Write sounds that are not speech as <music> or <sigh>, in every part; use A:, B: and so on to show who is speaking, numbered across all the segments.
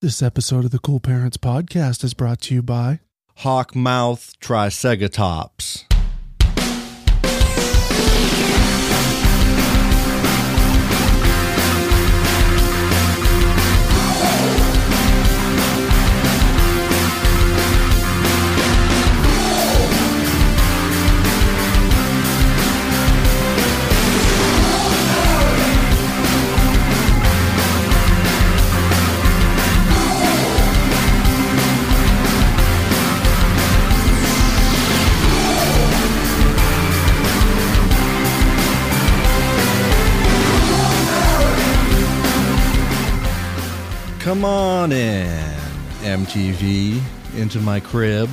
A: This episode of the Cool Parents Podcast is brought to you by
B: Hawkmouth Trisegatops. Come on in, MTV, into my crib.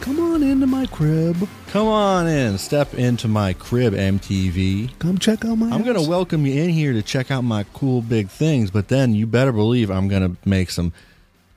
A: Come On Into My Crib.
B: Come on in, step into my crib, MTV.
A: Come check out my
B: I'm going to
A: house.
B: welcome you in here to check out my cool big things, but then you better believe I'm going to make some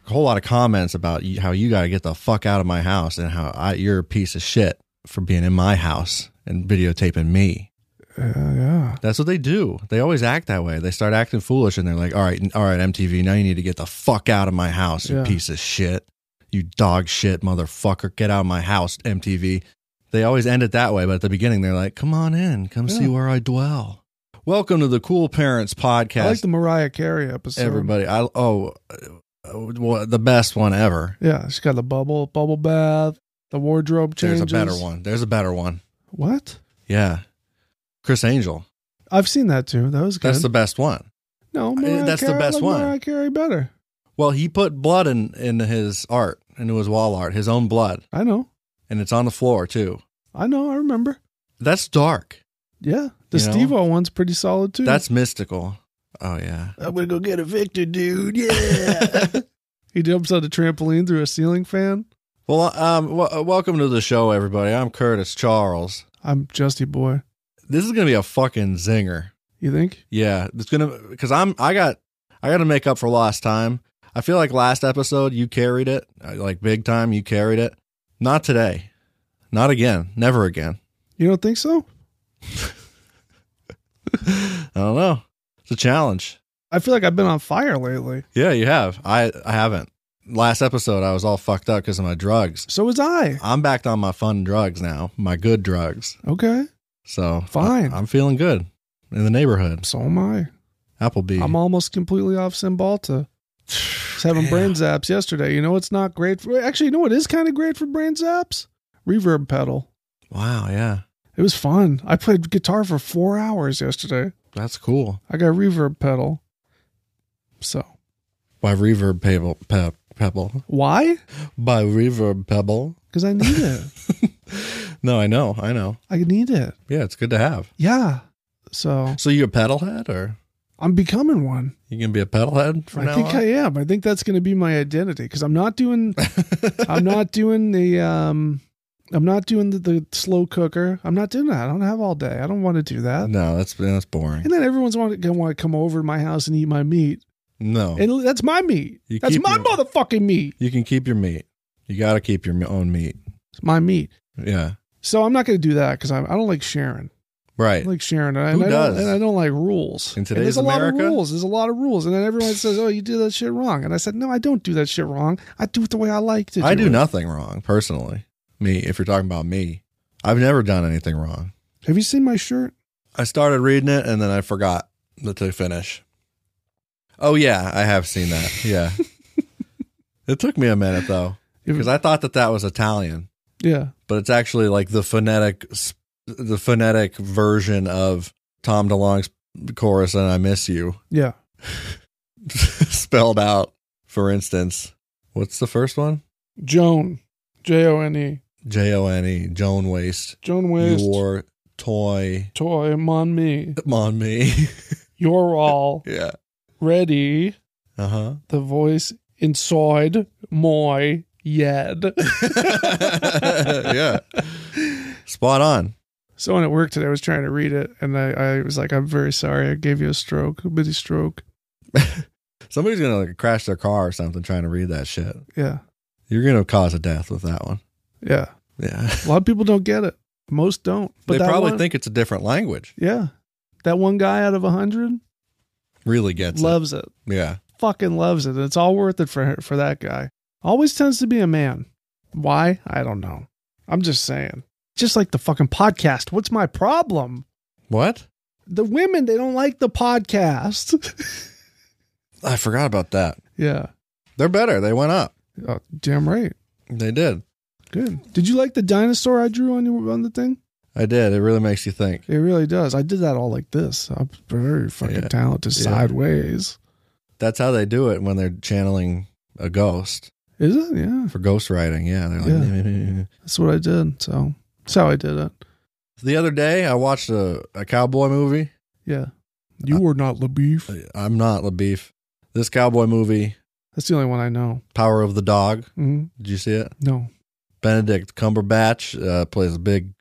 B: a whole lot of comments about you, how you got to get the fuck out of my house and how I, you're a piece of shit for being in my house and videotaping me.
A: Uh, yeah.
B: That's what they do. They always act that way. They start acting foolish and they're like, all right, all right, MTV, now you need to get the fuck out of my house, you
A: Yeah.
B: piece of shit. You dog shit motherfucker. Get out of my house, MTV. They always end it that way, but at the beginning, they're like, come on in, come see
A: Yeah.
B: where I dwell. Welcome to the Cool Parents Podcast,
A: I like the Mariah Carey episode.
B: everybody. I, oh, uh, well, the best one ever.
A: Yeah, she's got the bubble bubble bath, the wardrobe changes.
B: There's a better one. There's a better one.
A: What?
B: Yeah. Chris Angel.
A: I've seen that too. That was good.
B: That's the best one.
A: no,
B: uh,
A: Mariah
B: that's the
A: Carey- I
B: best
A: like
B: one.
A: Mariah Carey better.
B: Well, he put blood in into his art, into his wall art, his own blood,
A: I know.
B: and it's on the floor too.
A: I know. I remember.
B: That's dark.
A: Yeah, the
B: You know?
A: Steve O one's pretty solid too.
B: That's mystical. Oh yeah.
A: I'm gonna go get a Victor, dude.
B: <laughs>
A: he jumps on a trampoline through a ceiling fan.
B: well, um, w- uh, welcome to the show, everybody. I'm Curtis Charles.
A: I'm Justy boy.
B: This is gonna be a fucking zinger.
A: You think?
B: Yeah, it's gonna because I'm I got I got to make up for lost time. I feel like last episode you carried it uh, like big time. You carried it. Not today. Not again. Never again.
A: You don't think so?
B: I don't know. It's a challenge.
A: I feel like I've been on fire lately.
B: Yeah, you have. I I haven't. Last episode, I was all fucked up because of my drugs.
A: So was I.
B: I'm back on my fun drugs now, my good drugs.
A: Okay.
B: So
A: Fine.
B: I, am feeling good in the neighborhood.
A: So am I.
B: Applebee.
A: I'm almost completely off Cymbalta. I was having
B: Yeah.
A: brain zaps yesterday. You know it's not great for actually, you know what is kind of great for brain zaps? Reverb pedal.
B: wow. Yeah,
A: It was fun. I played guitar for four hours yesterday.
B: that's cool.
A: I got reverb pedal. So
B: By reverb pebble. Pe- pebble.
A: why?
B: By reverb pebble. <laughs>
A: Because I need it. <laughs>
B: No, I know. I know.
A: I need it.
B: Yeah, it's good to have.
A: Yeah. So
B: So you're a pedal head, or
A: I'm becoming one.
B: you gonna be a pedal head from
A: I
B: now
A: think
B: on?
A: I am. I think that's going to be my identity because I'm not doing I'm not doing the um I'm not doing the, the slow cooker. I'm not doing that. I don't have all day. I don't want to do that.
B: <laughs> no, that's that's boring.
A: And then everyone's want- gonna want to come over to my house and eat my meat.
B: No,
A: And that's my meat.
B: Oh. You
A: that's
B: keep
A: my
B: your-
A: motherfucking meat.
B: you can keep your meat. You got to keep your own meat.
A: It's my meat.
B: Yeah.
A: So I'm not gonna do that because I don't like sharing. I
B: Right.
A: don't like sharing. And, I-
B: Who
A: and I don't-
B: does?
A: and I don't like rules.
B: In
A: And
B: today's
A: there's a lot
B: America?
A: of rules. There's a lot of rules. And then everyone says, "Oh, you do that shit wrong." And I said, "No, I don't do that shit wrong. I do it the way I like to." Do
B: I do
A: it."
B: nothing wrong personally. Me, if you're talking about me, I've never done anything wrong.
A: Have you seen my shirt?
B: I started reading it and then I forgot that to finish. Oh yeah, I have seen that. Yeah. it took me a minute though because I thought that that was Italian,
A: yeah.
B: but it's actually like the phonetic s- the phonetic version of Tom DeLonge's chorus and I miss you <laughs>
A: Yeah.
B: spelled out. For instance, what's the first one?
A: Joan. J O N E.
B: J O N E, Joan Waste.
A: Joan West.
B: Your toy
A: Toy I'm on me.
B: on me. <laughs>
A: You're all
B: yeah.
A: ready.
B: Uh
A: The voice inside my
B: <laughs>
A: head.
B: <laughs> yeah. Spot on.
A: Someone at work today was trying to read it, and I, I was like, "I'm very sorry. I gave you a stroke, a bitty stroke."
B: Somebody's gonna like crash their car or something trying to read that shit.
A: Yeah,
B: You're gonna cause a death with that one.
A: yeah.
B: Yeah.
A: A lot of people don't get it. Most don't. But
B: they
A: that
B: probably
A: one-
B: think it's a different language.
A: yeah, that one guy out of a hundred
B: Really gets
A: loves it.
B: it. Yeah.
A: fucking loves it. And it's all worth it for for that guy. Always tends to be a man. Why? I don't know. I'm just saying. Just like the fucking podcast. What's my problem?
B: What?
A: The women, they don't like the podcast. <laughs>
B: I forgot about that.
A: yeah.
B: They're better. They went up.
A: Oh, damn right.
B: They did.
A: Good. Did you like the dinosaur I drew on your on the thing?
B: I did. It really makes you think.
A: It really does. I did that all like this. I'm very fucking
B: Yeah.
A: talented
B: Yeah.
A: sideways.
B: That's how they do it when they're channeling a ghost
A: Is it? Yeah.
B: for ghostwriting. Yeah. They're like,
A: That's what I did. So that's how I did it.
B: <laughs> the other day I watched a, a cowboy movie.
A: Yeah. You
B: Uh,
A: were not LaBeef.
B: I'm not LaBeef. This cowboy movie,
A: That's the only one I know.
B: Power of the Dog.
A: hmm
B: Did you see it?
A: No.
B: Benedict Cumberbatch uh, plays a big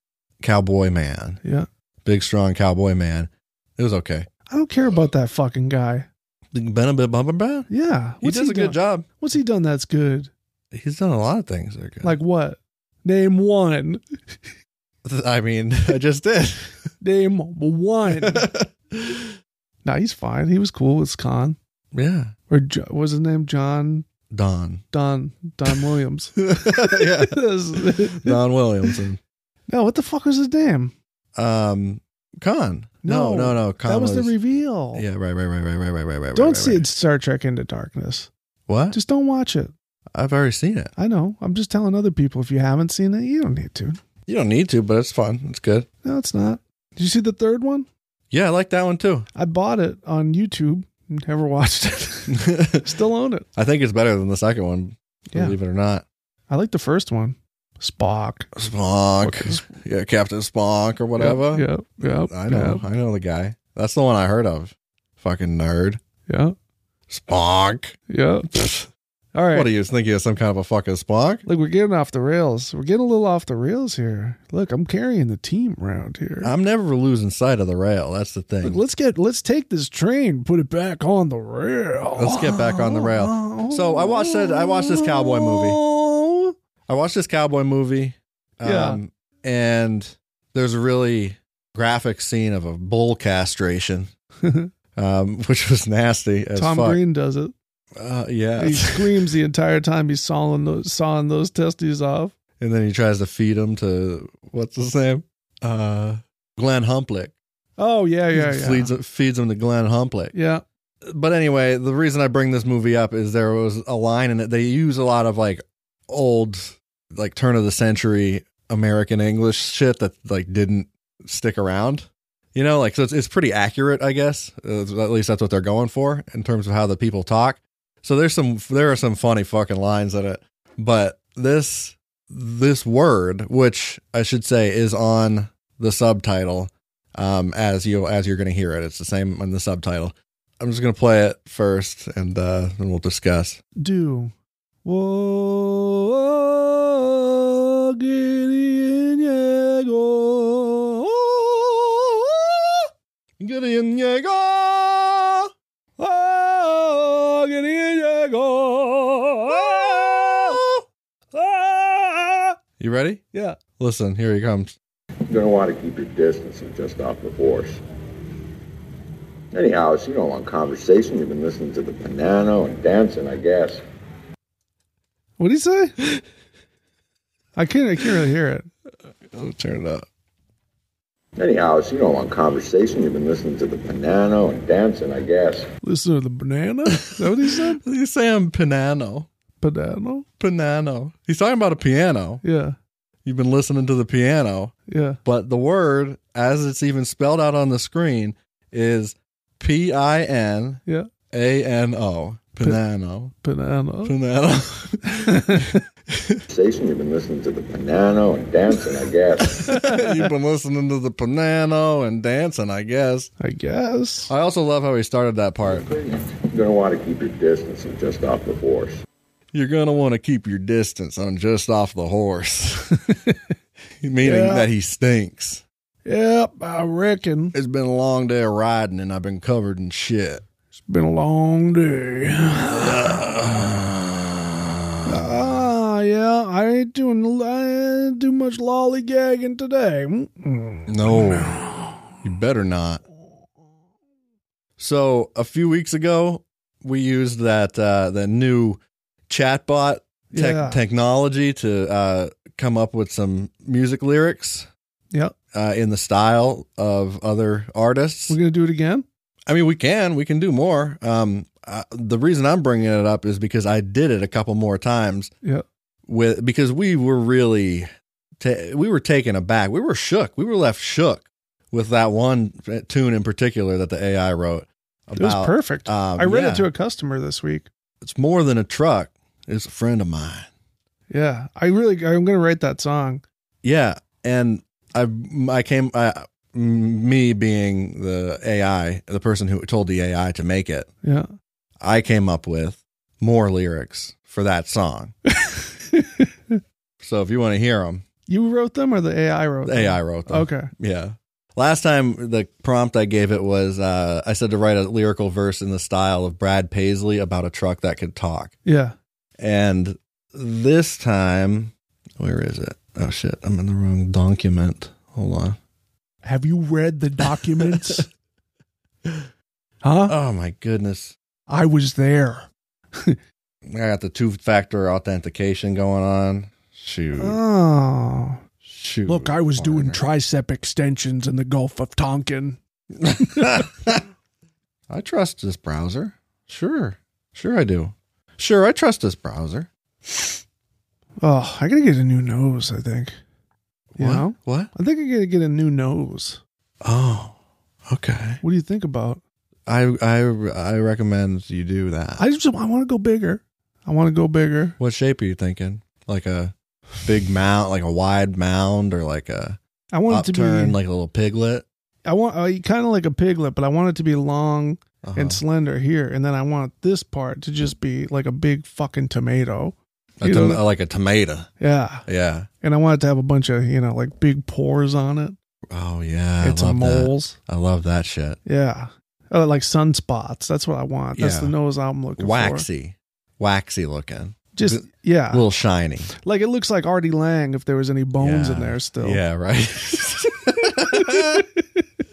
B: cowboy man,
A: Yeah.
B: big strong cowboy man. It was okay.
A: I don't care about that fucking guy.
B: Benedict Cumberbatch.
A: Yeah.
B: He does a
A: done?
B: good job.
A: What's he done that's good?
B: He's done a lot of things that are good.
A: Like what? Name one.
B: <laughs> I mean, <laughs> I
A: <laughs>
B: just did.
A: Name
B: <laughs>
A: one. nah, he's fine. He was cool with Khan.
B: yeah,
A: Or jo- what was his name? John
B: Don. <laughs>
A: Don Don Williams. <laughs>
B: yeah,
A: no,
B: Don Williamson.
A: what the fuck was his name?
B: Um, Con. No,
A: No,
B: no, no. Con
A: that was, the reveal.
B: yeah, right, right, right, right, right, right, right, right.
A: don't
B: right,
A: see
B: right.
A: it Star Trek Into Darkness.
B: What?
A: Just don't watch it.
B: I've already seen it.
A: I know. I'm just telling other people if you haven't seen it, you don't need to.
B: You don't need to, but it's fun. It's good.
A: No, it's not. Did you see the third one?
B: Yeah, I like that one <laughs> too.
A: I bought it on YouTube. Never watched it. <laughs> Still own it.
B: I think it's better than the second one,
A: Yeah.
B: believe it or not.
A: I like the first one. Spock.
B: Spock,
A: Fucking Sp-
B: <laughs> yeah, Captain Spock or whatever.
A: Yep. Yep.
B: I know, I know the guy. That's the one I heard of. Fucking nerd,
A: Yep.
B: Spock.
A: Yep. yep. All right.
B: What do you think he is? Some kind of a fucking Spock?
A: Look, we're getting off the rails. We're getting a little off the rails here. Look, I'm carrying the team around here.
B: I'm never losing sight of the rail. That's the thing.
A: Look, let's get let's take this train, put it back on the rail.
B: Let's get back on the rail. So I watched that- I watched this cowboy
A: movie.
B: I watched this cowboy movie. um, And there's a really graphic scene of a
A: <laughs>
B: bull castration, um, <laughs> which was nasty as
A: Tom
B: fuck.
A: Green does it.
B: Uh, yeah. <laughs>
A: He screams the entire time he's sawing those, sawing those testes off.
B: and then he tries to feed him to what's his name? Uh, Glenn Humplick.
A: Oh yeah, yeah,
B: He
A: yeah.
B: Feeds, feeds him to Glenn Humplick.
A: yeah,
B: But anyway, the reason I bring this movie up is there was a line in it. They use a lot of like old, like turn of the century American English shit that like didn't stick around. You know, like so it's, it's pretty accurate, I guess. Uh, at least that's what they're going for in terms of how the people talk. So there's some there are some funny fucking lines in it. But this this word, which I should say is on the subtitle, um, as you as you're gonna hear it. It's the same on the subtitle. I'm just gonna play it first and uh then we'll discuss.
A: do. Whoa, get in, yeah, go.
B: Gideon Yeager!
A: Oh, get in, yeah, go. Ah.
B: You ready?
A: Yeah.
B: Listen, here he comes.
C: You're going to want to keep your distance and just off the horse. Anyhow, it's, you know, long conversation. You've been listening to the piano and dancing, I guess.
A: What did he say? I can't. I can't really hear it.
B: I'll turn it up.
C: Anyhow, it's, you know, long conversation. You've been listening to the piano and dancing, I guess.
A: Listen to the banana. Is that what he said?
B: <laughs> He's saying Pinano.
A: Banana.
B: Pinano. He's talking about a piano.
A: Yeah.
B: You've been listening to the piano,
A: Yeah.
B: but the word, as it's even spelled out on the screen, is P I N
A: Yeah.
B: A N O. Pinano.
A: Banana.
B: Pinano.
C: Conversation. You've been listening to the piano and dancing, I guess.
B: <laughs>
C: <laughs>
B: You've been listening to the Pinano and dancing, I guess.
A: I guess.
B: I also love how he started that part.
C: You're going to want to keep your distance and just off the horse.
B: You're going to want to keep your distance. I'm just off the horse. <laughs> Meaning
A: Yeah.
B: that he stinks.
A: Yep. I reckon
B: It's been a long day of riding and I've been covered in shit.
A: it's been a long day. Ah, yeah. I ain't doing. I ain't do much lollygagging today. Mm-mm.
B: No. You better not. So, a few weeks ago, we used that uh, the new chatbot tech
A: Yeah.
B: technology to uh, come up with some music lyrics
A: Yep.
B: uh, in the style of other artists.
A: We're gonna do it again.
B: I mean, we can, we can do more. Um, uh, the reason I'm bringing it up is because I did it a couple more times.
A: Yeah.
B: With because we were really, ta- we were taken aback. We were shook. We were left shook with that one uh, tune in particular that the AI wrote. About,
A: it was perfect.
B: um,
A: I read
B: yeah.
A: it to a customer this week.
B: It's more than a truck. It's a friend of mine.
A: Yeah, I really I'm gonna write that song.
B: Yeah, and I I came I, me being the AI, the person who told the AI to make it.
A: Yeah,
B: I came up with more lyrics for
A: <laughs>
B: that song. so if you want to hear them,
A: you wrote them or the AI wrote them?
B: AI wrote them.
A: Okay.
B: Yeah. Last time the prompt I gave it was uh, I said to write a lyrical verse in the style of Brad Paisley about a truck that could talk.
A: Yeah.
B: And this time, where is it? Oh shit, I'm in the wrong document. Hold on.
A: Have you read the documents? huh?
B: Oh my goodness.
A: I was there. <laughs>
B: I got the two factor authentication going on. Shoot.
A: Oh.
B: Shoot.
A: Look, I was doing
B: Mark.
A: tricep extensions in the Gulf of Tonkin.
B: <laughs> I trust this browser. Sure. Sure, I do. Sure, I trust this browser.
A: Oh, I gotta get a new nose, I think. You
B: What?
A: know?
B: What?
A: I think I gotta get a new nose.
B: Oh, okay.
A: What do you think about?
B: I, I, I recommend you do that.
A: I just I wanna go bigger. I wanna go bigger.
B: what shape are you thinking? Like a big mound, like a wide mound, or like a
A: I want it to
B: upturn,
A: be
B: like a little piglet?
A: I want uh, kind of like a piglet, but I want it to be long
B: Uh-huh.
A: and slender here, and then I want this part to just be like a big fucking tomato.
B: A
A: you
B: tom-
A: know-
B: like a tomato.
A: Yeah,
B: Yeah.
A: and I want it to have a bunch of you know like big pores on it
B: Oh, yeah.
A: and
B: I
A: some
B: love that.
A: moles.
B: I love that shit.
A: Yeah, oh, like sunspots. That's what I want. That's
B: Yeah.
A: the nose I'm looking for.
B: Waxy. Waxy looking.
A: Just yeah,
B: A little shiny.
A: like it looks like Artie Lang if there was any bones
B: Yeah.
A: in there still.
B: Yeah, right.
A: <laughs>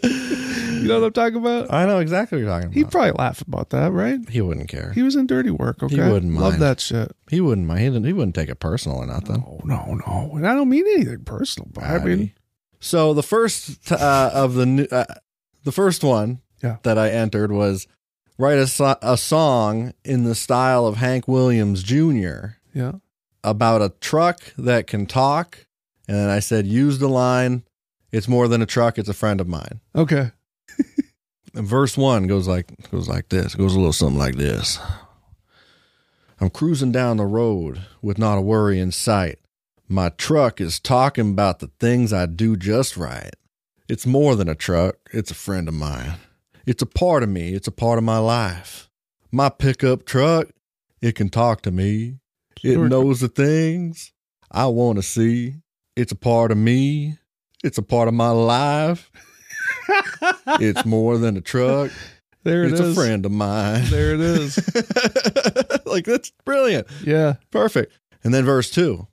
A: you know what I'm talking about.
B: I know exactly what you're talking about. He,
A: He'd probably laugh about that, right?
B: wouldn't care. Uh-huh. He,
A: He was in dirty work. Okay,
B: wouldn't
A: love
B: mind.
A: that shit.
B: wouldn't mind. He, didn't, he wouldn't take it personal or nothing.
A: No, no, no. And I don't mean anything personal, but I mean,
B: so the first uh, of the new, uh, the first one
A: Yeah.
B: that I entered was write a, so- a song in the style of Hank Williams Jr.
A: yeah.
B: about a truck that can talk, and then I said use the line, "It's more than a truck; it's a friend of mine."
A: Okay.
B: And verse one goes like goes like this. Goes a little something like this. I'm cruising down the road with not a worry in sight. My truck is talking about the things I do just right. It's more than a truck, it's a friend of mine. It's a part of me, it's a part of my life. My pickup truck, it can talk to me. It
A: Sure.
B: knows the things I want to see. It's a part of me, it's a part of my
A: <laughs>
B: life. It's more than a truck,
A: there it
B: it's
A: is.
B: a friend of mine.
A: There it is.
B: <laughs> like that's brilliant.
A: Yeah.
B: Perfect. And then verse 2.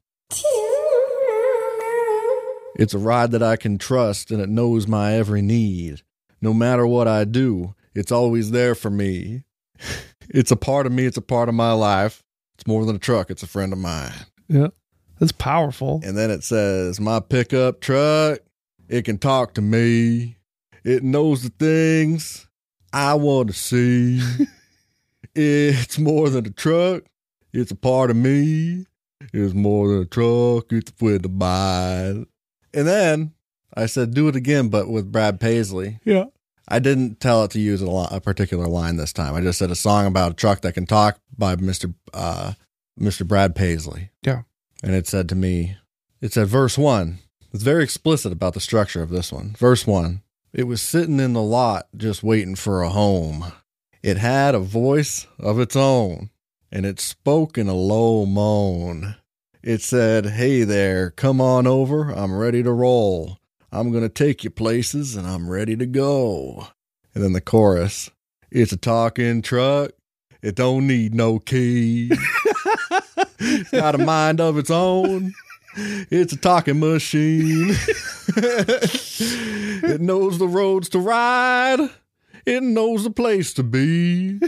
B: It's a ride that I can trust and it knows my every need. No matter what I do, it's always there for me. <laughs> It's a part of me, it's a part of my life. It's more than a truck, it's a friend of mine.
A: Yeah. That's powerful.
B: And then it says, My pickup truck, it can talk to me. It knows the things I want to see. it's more than a truck, it's a part of me. It's more than a truck, it's with the mind. And then I said, Do it again, but with Brad Paisley.
A: Yeah.
B: I didn't tell it to use a, li- a particular line this time. I just said a song about a truck that can talk by Mr. Uh, Mr. Brad Paisley.
A: Yeah.
B: And it said to me, it said verse one. It's very explicit about the structure of this one. Verse one. It was sitting in the lot just waiting for a home. It had a voice of its own, and it spoke in a low moan. It said, Hey there, come on over. I'm ready to roll. I'm going to take you places and I'm ready to go. And then the chorus It's a talking truck. It don't need no key. it's got a mind of its own. It's a talking machine. <laughs> it knows the roads to ride. It knows the place to be.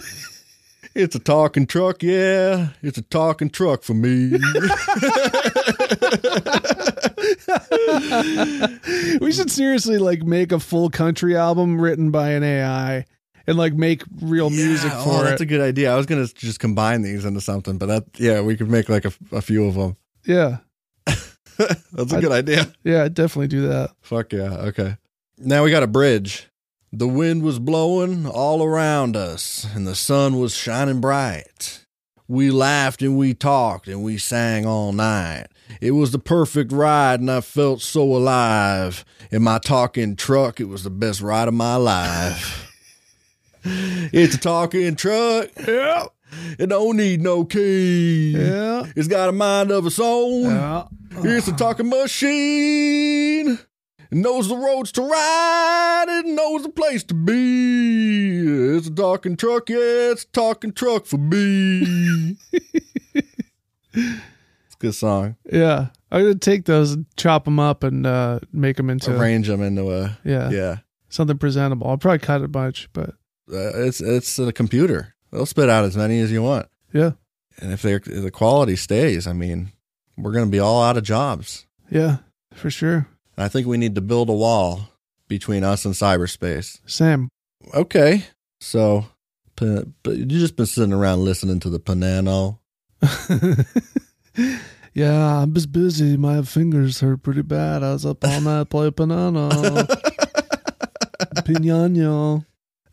B: It's a talking truck, yeah. It's a talking truck for me. <laughs>
A: we should seriously like make a full country album written by an AI and like make real music
B: Yeah, oh,
A: for
B: That's
A: it.
B: a good idea. I was gonna just combine these into something, but that yeah, we could make like a, a few of them.
A: yeah.
B: that's a
A: I-
B: good idea.
A: Yeah, I'd definitely do that.
B: Fuck yeah. Okay. Now we got a bridge. The wind was blowing all around us, and the sun was shining bright. We laughed and we talked and we sang all night. It was the perfect ride, and I felt so alive. In my talking truck, it was the best ride of my life. it's a talking truck.
A: Yeah.
B: It don't need no key.
A: Yeah.
B: It's got a mind of its own.
A: Yeah.
B: It's a talking machine. It knows the roads to ride. It knows the place to be. It's a talking truck. Yeah, it's a talking truck for me. it's a good song.
A: Yeah. I'm gonna take those and chop them up and uh, make them into
B: Arrange them into a
A: yeah,
B: yeah.
A: something presentable. I'll probably cut a bunch, but
B: Uh, it's it's a computer. They'll spit out as many as you want.
A: Yeah.
B: And if they are the quality stays, I mean, we're gonna be all out of jobs.
A: yeah, for sure.
B: And I think we need to build a wall between us and cyberspace.
A: Sam.
B: okay. So, pa- but you just been sitting around listening to the Panano.
A: <laughs> yeah, I'm just busy. My fingers hurt pretty bad. I was up all night playing banana.
B: <laughs>
A: Pinano.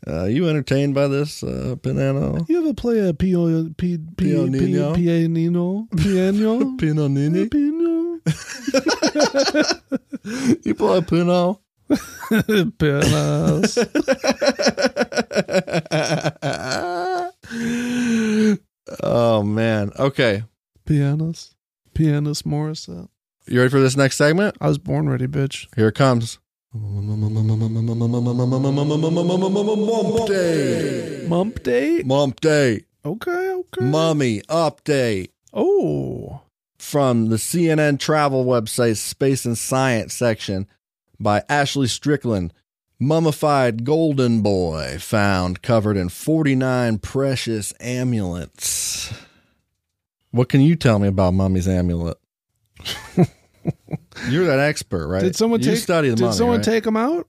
B: Uh, you entertained by this uh,
A: <laughs>
B: Panano?
A: You ever play a pio, p, p,
B: Pianino?
A: P, pianino?
B: <laughs>
A: Piano?
B: Pinonini?
A: Piano?
B: you play Pino? <laughs>
A: Pianos.
B: oh man. Okay.
A: Pianos. Pianist Morissette.
B: You ready for this next segment?
A: I was born ready, bitch.
B: Here it comes. Mump day.
A: Mump day?
B: Mump day.
A: Okay, okay.
B: Mummy update.
A: oh.
B: from the CNN travel website Space and Science section by Ashley Strickland. Mummified golden boy found covered in 49 precious amulets. What can you tell me about mummy's amulet? <laughs> You're that expert, right?
A: Did someone
B: you
A: take-
B: study the
A: Did
B: mummy?
A: someone
B: right?
A: take them out?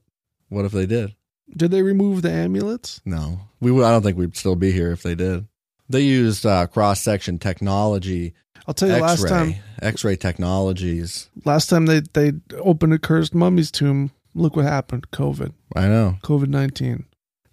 B: What if they did?
A: Did they remove the amulets?
B: No, we would. I don't think we'd still be here if they did. They used uh, cross section technology,
A: I'll tell you
B: X-ray,
A: last time.
B: X-ray technologies.
A: Last time they they opened a cursed mummy's tomb. Look what happened. COVID.
B: I know.
A: COVID nineteen.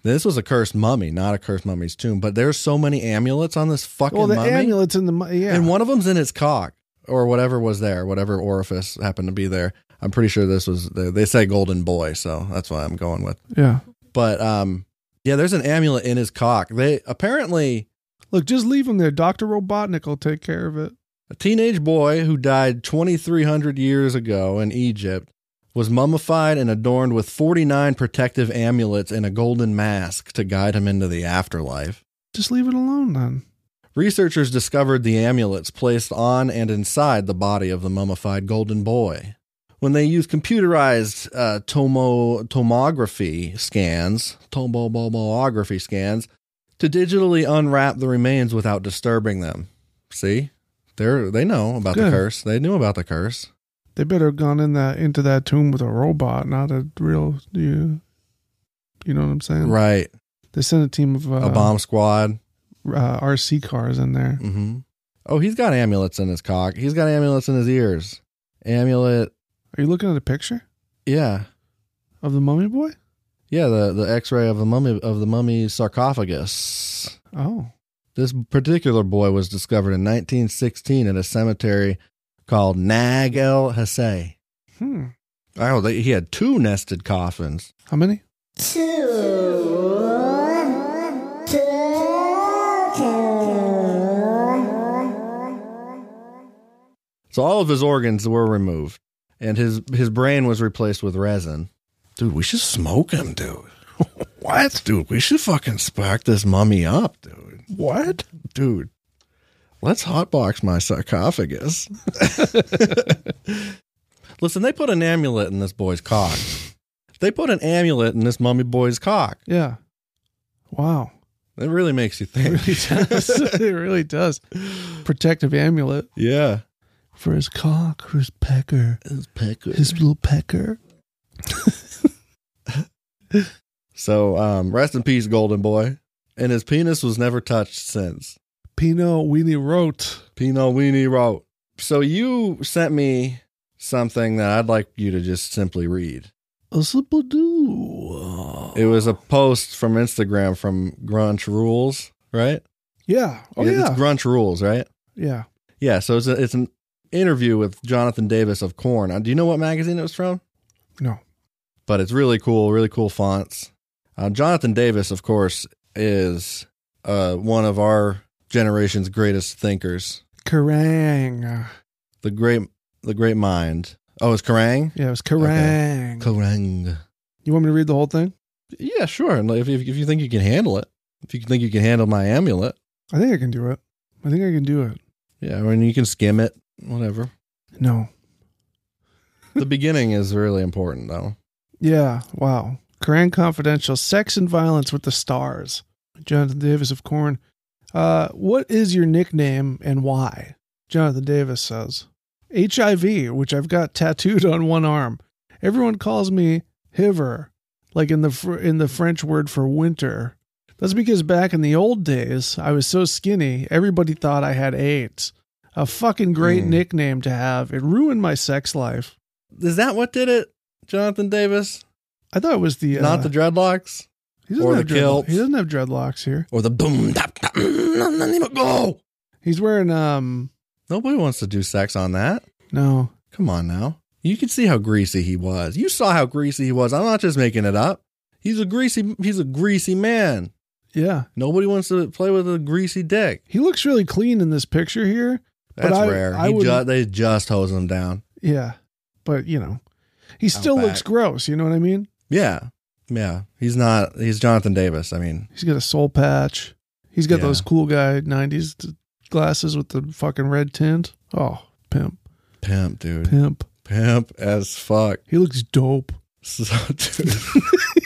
B: This was a cursed mummy, not a cursed mummy's tomb. But there's so many amulets on this fucking
A: Well, the
B: mummy,
A: amulets in the mu- yeah.
B: and one of them's in its cock or whatever was there, whatever orifice happened to be there. I'm pretty sure this was. They they say golden boy, so that's why I'm going with.
A: yeah.
B: But um, yeah, there's an amulet in his cock. They apparently
A: Look, just leave them there. Doctor Robotnik will take care of it.
B: a teenage boy who died 2,300 years ago in Egypt was mummified and adorned with 49 protective amulets and a golden mask to guide him into the afterlife.
A: Just leave it alone then.
B: Researchers discovered the amulets placed on and inside the body of the mummified golden boy. When they used computerized uh, tomo- tomography scans, tomography scans, to digitally unwrap the remains without disturbing them. See, they're they know about the
A: Good.
B: curse. They knew about the curse.
A: They better have gone in that into that tomb with a robot, not a real you. You know what I'm saying?
B: Right,
A: They sent a team of uh,
B: a bomb squad.
A: uh, RC cars in there.
B: hmm Oh, he's got amulets in his cock. He's got amulets in his ears. Amulet.
A: Are you looking at a picture
B: Yeah.
A: of the mummy boy?
B: Yeah, the, the X-ray of the mummy of the mummy sarcophagus.
A: Oh,
B: This particular boy was discovered in 1916 at a cemetery called Nag El Hassay.
A: hmm.
B: Oh, they, he had two nested coffins.
A: How many?
B: So all of his organs were removed, and his his brain was replaced with resin. Dude, we should smoke him, dude. <laughs> what, dude? We should fucking spark this mummy up, dude. What, dude? Let's hotbox my sarcophagus. <laughs> Listen, they put an amulet in this boy's cock. They put an amulet in this mummy boy's cock.
A: Yeah. Wow.
B: It really makes you
A: It
B: think.
A: really does. <laughs> it really does. Protective amulet
B: <laughs> yeah.
A: for his cock, for his pecker, his little pecker.
B: So, um, rest in peace, Golden Boy. And his penis was never touched since.
A: Pinot Weenie wrote.
B: Pinot Weenie wrote. So, you sent me something that I'd like you to just simply read.
A: A simple do.
B: It was a post from Instagram from Grunch Rules, right?
A: Yeah. Oh
B: It-
A: yeah.
B: It's Grunch Rules, right?
A: yeah.
B: Yeah. So, it's, a, it's an interview with Jonathan Davis of Korn. Uh, Do you know what magazine it was from?
A: No.
B: but it's really cool, really cool fonts. Uh, Jonathan Davis, of course, is uh, one of our generation's greatest thinkers.
A: Kerrang.
B: The great, the great mind. Oh, it's Kerrang.
A: Yeah, it was Kerrang.
B: Kerrang.
A: You want me to read the whole thing?
B: Yeah, sure. And if, if if you think you can handle it, if you think you can handle my amulet,
A: I think I can do it. I think I can do it.
B: yeah, I mean you can skim it, whatever.
A: No.
B: the beginning is really important, though.
A: Yeah. Wow. Kerrang Confidential: Sex and Violence with the Stars. Jonathan Davis of Corn. Uh, what is your nickname and why? Jonathan Davis says, HIV, which I've got tattooed on one arm. Everyone calls me Hiver, like in the fr- in the French word for winter. That's because back in the old days, I was so skinny, everybody thought I had AIDS. A fucking great
B: Mm.
A: nickname to have. It ruined my sex life.
B: Is that what did it, Jonathan Davis?
A: I thought it was the uh,
B: Not the dreadlocks
A: He doesn't
B: Or
A: have
B: the
A: dreadlo-
B: kilts.
A: He doesn't have dreadlocks here.
B: or the boom dap mm, dap. Go.
A: He's wearing um
B: Nobody wants to do sex on that.
A: no.
B: Come on now. You can see how greasy he was. You saw how greasy he was. I'm not just making it up. He's a greasy he's a greasy man.
A: Yeah.
B: Nobody wants to play with a greasy dick.
A: He looks really clean in this picture here. But
B: That's
A: I-
B: rare.
A: I
B: he
A: would-
B: ju- they just hose him down.
A: Yeah. But you know. He still
B: Outback.
A: looks gross, you know what I mean?
B: Yeah. Yeah. He's not he's Jonathan Davis. I mean,
A: He's got a soul patch. He's got
B: Yeah.
A: those cool guy nineties glasses with the fucking red tint. Oh, pimp.
B: pimp, dude. Pimp,
A: Pimp.
B: as fuck. <laughs>
A: He looks dope.
B: So, dude.
A: <laughs>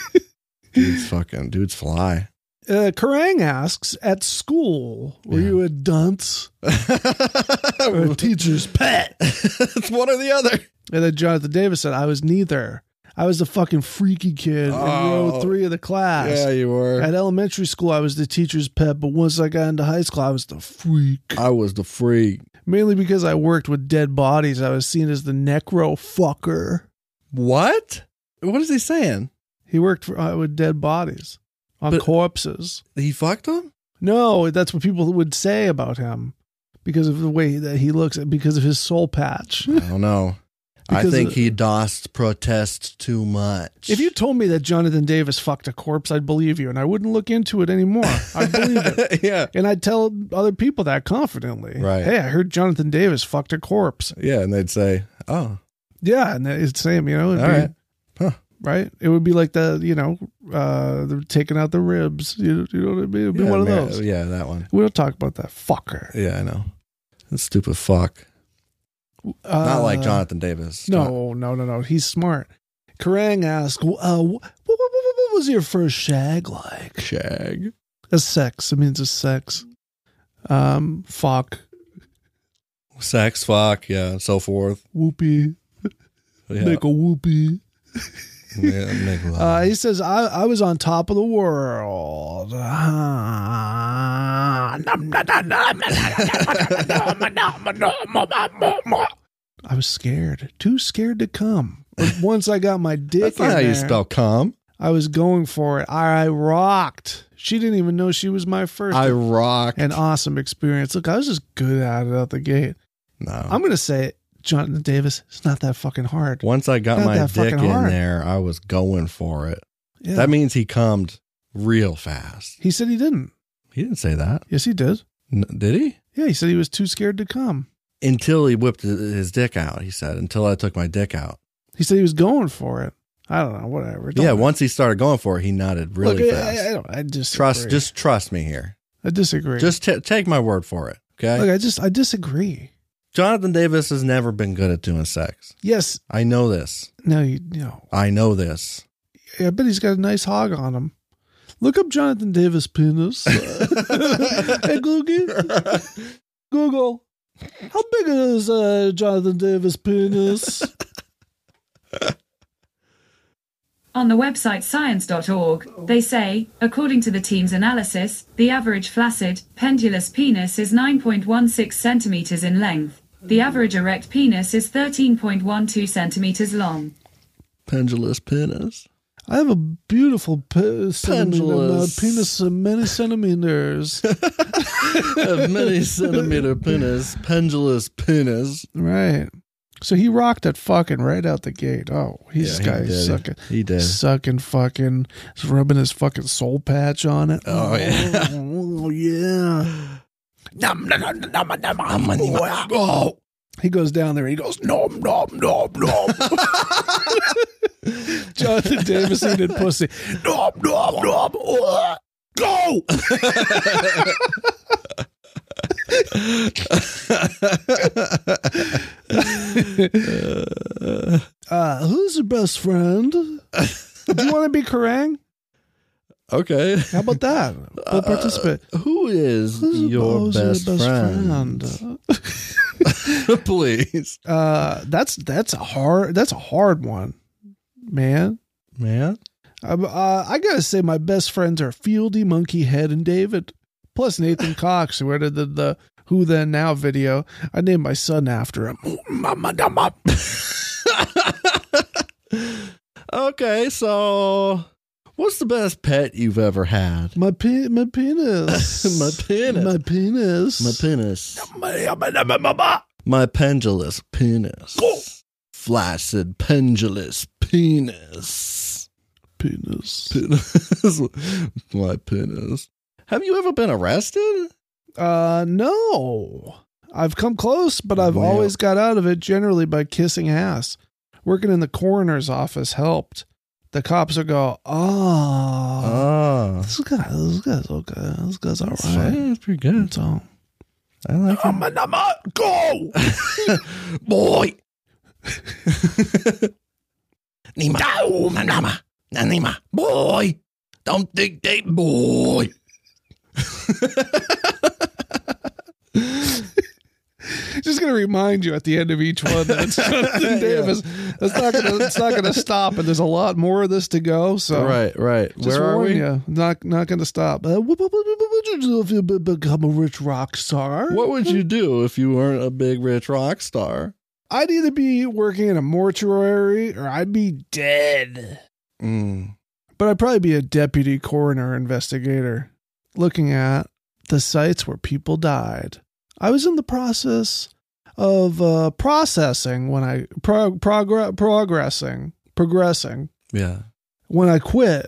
B: dude's fucking dude's fly.
A: Uh Kerrang asks, at school, were
B: Yeah.
A: you a dunce? Or
B: <laughs>
A: a teacher's pet.
B: it's one or the other.
A: And then Jonathan Davis said, I was neither. I was the fucking freaky kid in row
B: Oh.
A: three of the class.
B: Yeah, you were.
A: At elementary school, I was the teacher's pet, but once I got into high school, I was the freak.
B: I was the freak.
A: Mainly because I worked with dead bodies, I was seen as the necro fucker.
B: What? What is he saying?
A: He worked for, uh, with dead bodies, on
B: But-
A: corpses.
B: He
A: <sighs>
B: fucked him?
A: No, that's what people would say about him because of the way that he looks, because of his soul patch.
B: I don't know. I
A: Because
B: think
A: of-
B: he dossed protest too much.
A: If you told me that Jonathan Davis fucked a corpse, I'd believe you, and I wouldn't look into it anymore. I'd believe
B: <laughs>
A: it.
B: yeah.
A: And I'd tell other people that confidently.
B: Right.
A: Hey, I heard Jonathan Davis fucked a corpse.
B: Yeah, and they'd say, "Oh,
A: Yeah, and it's same, you know. it'd
B: All
A: be-
B: right. Huh.
A: Right? It would be like the, you know, uh, they're taking out the ribs. You, you know what I mean? It would be
B: yeah,
A: one of
B: man,
A: those.
B: Yeah, that one.
A: We don't talk about that fucker.
B: Yeah, I know. That stupid fuck. Not like
A: Uh,
B: Jonathan Davis. Jon-
A: No, no, no, no. He's smart. Kerrang asked, uh, what, what, what was your first shag like?
B: shag.
A: A sex. It means a sex. Um, fuck.
B: Sex, fuck, yeah, and so forth.
A: Whoopee.
B: Yeah,
A: Make a whoopee.
B: yeah, make
A: <laughs>
B: love.
A: Uh, he says, I, I was on top of the world. <laughs> I was scared, too scared to come. But once I got my dick
B: That's
A: in
B: not how
A: there,
B: you spell cum.
A: I was going for it. I, I rocked. She didn't even know she was my first
B: I rock.
A: and awesome experience. Look, I was just good at it out the gate.
B: no.
A: I'm going to say it, Jonathan Davis, it's not that fucking hard.
B: Once I got
A: Not
B: my
A: that
B: dick
A: fucking
B: in
A: hard.
B: there, I was going for it.
A: Yeah.
B: That means he cummed real fast.
A: he said he didn't.
B: He didn't say that,
A: Yes, he did.
B: N- did he?
A: Yeah, he said he was too scared to come.
B: Until he whipped his- his dick out, he said. Until I took my dick out.
A: He said he was going for it. I don't know, whatever. It don't
B: yeah,
A: matter.
B: once he started going for it, he nodded really
A: Look, I-
B: fast.
A: I, I don't. I disagree.
B: trust, just trust me here.
A: I disagree.
B: Just t- take my word for it. Okay.
A: look, I just I disagree.
B: Jonathan Davis has never been good at doing sex.
A: Yes.
B: I know this.
A: No. You no.
B: I know this.
A: I bet he's got a nice hog on him. Look up Jonathan Davis
B: <laughs>
A: penis. hey, Googie. Google. How big is uh, Jonathan Davis penis?
D: On the website science.org, they say, according to the team's analysis, the average flaccid, pendulous penis is 9.16 centimeters in length. The average erect penis is 13.12 centimeters long.
A: <laughs>
B: Pendulous penis.
A: I have a beautiful pe- centimeter, my
B: Pendulous.
A: penis of many centimeters.
B: A many centimeter penis. Pendulous penis.
A: right. So he rocked it fucking right out the gate. Oh, he's
B: Yeah, he
A: guy
B: did.
A: sucking,
B: He did.
A: sucking fucking, just rubbing his fucking soul patch on it.
B: Oh, yeah.
A: <laughs> oh yeah. Nom, nom, nom, nom, nom, nom.
B: Oh,
A: He goes down there. He goes nom nom nom nom. <laughs> Jonathan Davis eating pussy. Nom nom nom. Uh, Go. Uh, who's your best friend? Do you want to be Kerrang?
B: okay.
A: How about that? We'll participate.
B: Who is
A: Who's
B: your
A: who's Uh, your
B: best, friend?
A: friend?
B: <laughs> Please,
A: Uh, that's that's a hard that's a hard one, man.
B: man.
A: Um, uh, I gotta say, my best friends are Fieldy, Monkey Head, and David, plus <laughs> Nathan Cox, who did the, the "Who Then Now" video. I named my son after him. <laughs>
B: Okay, so what's the best pet you've ever had?
A: My pe- <laughs> my penis,
B: My penis.
A: my penis,
B: My penis. My pendulous penis. Flaccid pendulous penis.
A: penis.
B: Penis. <laughs> My penis. Have you ever been arrested?
A: Uh, no, I've come close, but I've
B: Well.
A: always got out of it generally by kissing ass. Working in the coroner's office helped. The cops will go, oh,
B: Oh.
A: this guy, this guy's okay, this guy's all
B: That's
A: right.
B: fine. Ah. That's pretty good.
A: So
B: I like it.
A: I'm a number
B: <laughs>
A: go.
B: Boy. <laughs> Nima. No, Nima. Nima. Boy. Don't dig that boy.
A: Just gonna remind you at the end of each one that <laughs> it's Jonathan
B: Yeah.
A: Davis. That's not gonna it's not gonna stop, and there's a lot more of this to go. So
B: right, right.
A: Just
B: Where are
A: warn
B: we?
A: you, not not gonna stop. Uh, what, what- what- what would you do if you be- become a rich rock star?
B: What would you do if you weren't a big rich rock star?
A: I'd either be working in a mortuary or I'd be dead.
B: Mm.
A: But I'd probably be a deputy coroner investigator looking at the sites where people died. I was in the process of uh, processing when I pro- progr- progressing progressing
B: Yeah.
A: when I quit.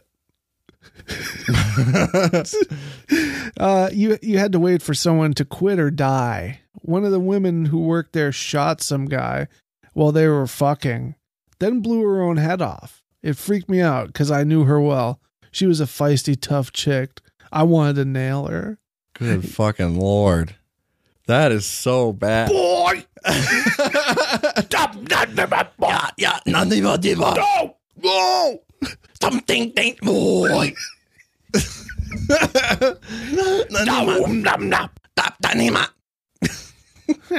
A: uh, you you had to wait for someone to quit or die. One of the women who worked there shot some guy while they were fucking, then blew her own head off. It freaked me out because I knew her well. She was a feisty, tough chick. I wanted to nail her.
B: Good fucking lord. That is so bad. Boy! Stop Yeah, yeah, Nandiva Diva. No! No! Something think <laughs> boy. No, nom, nom. Stop, Nanima.
A: <laughs>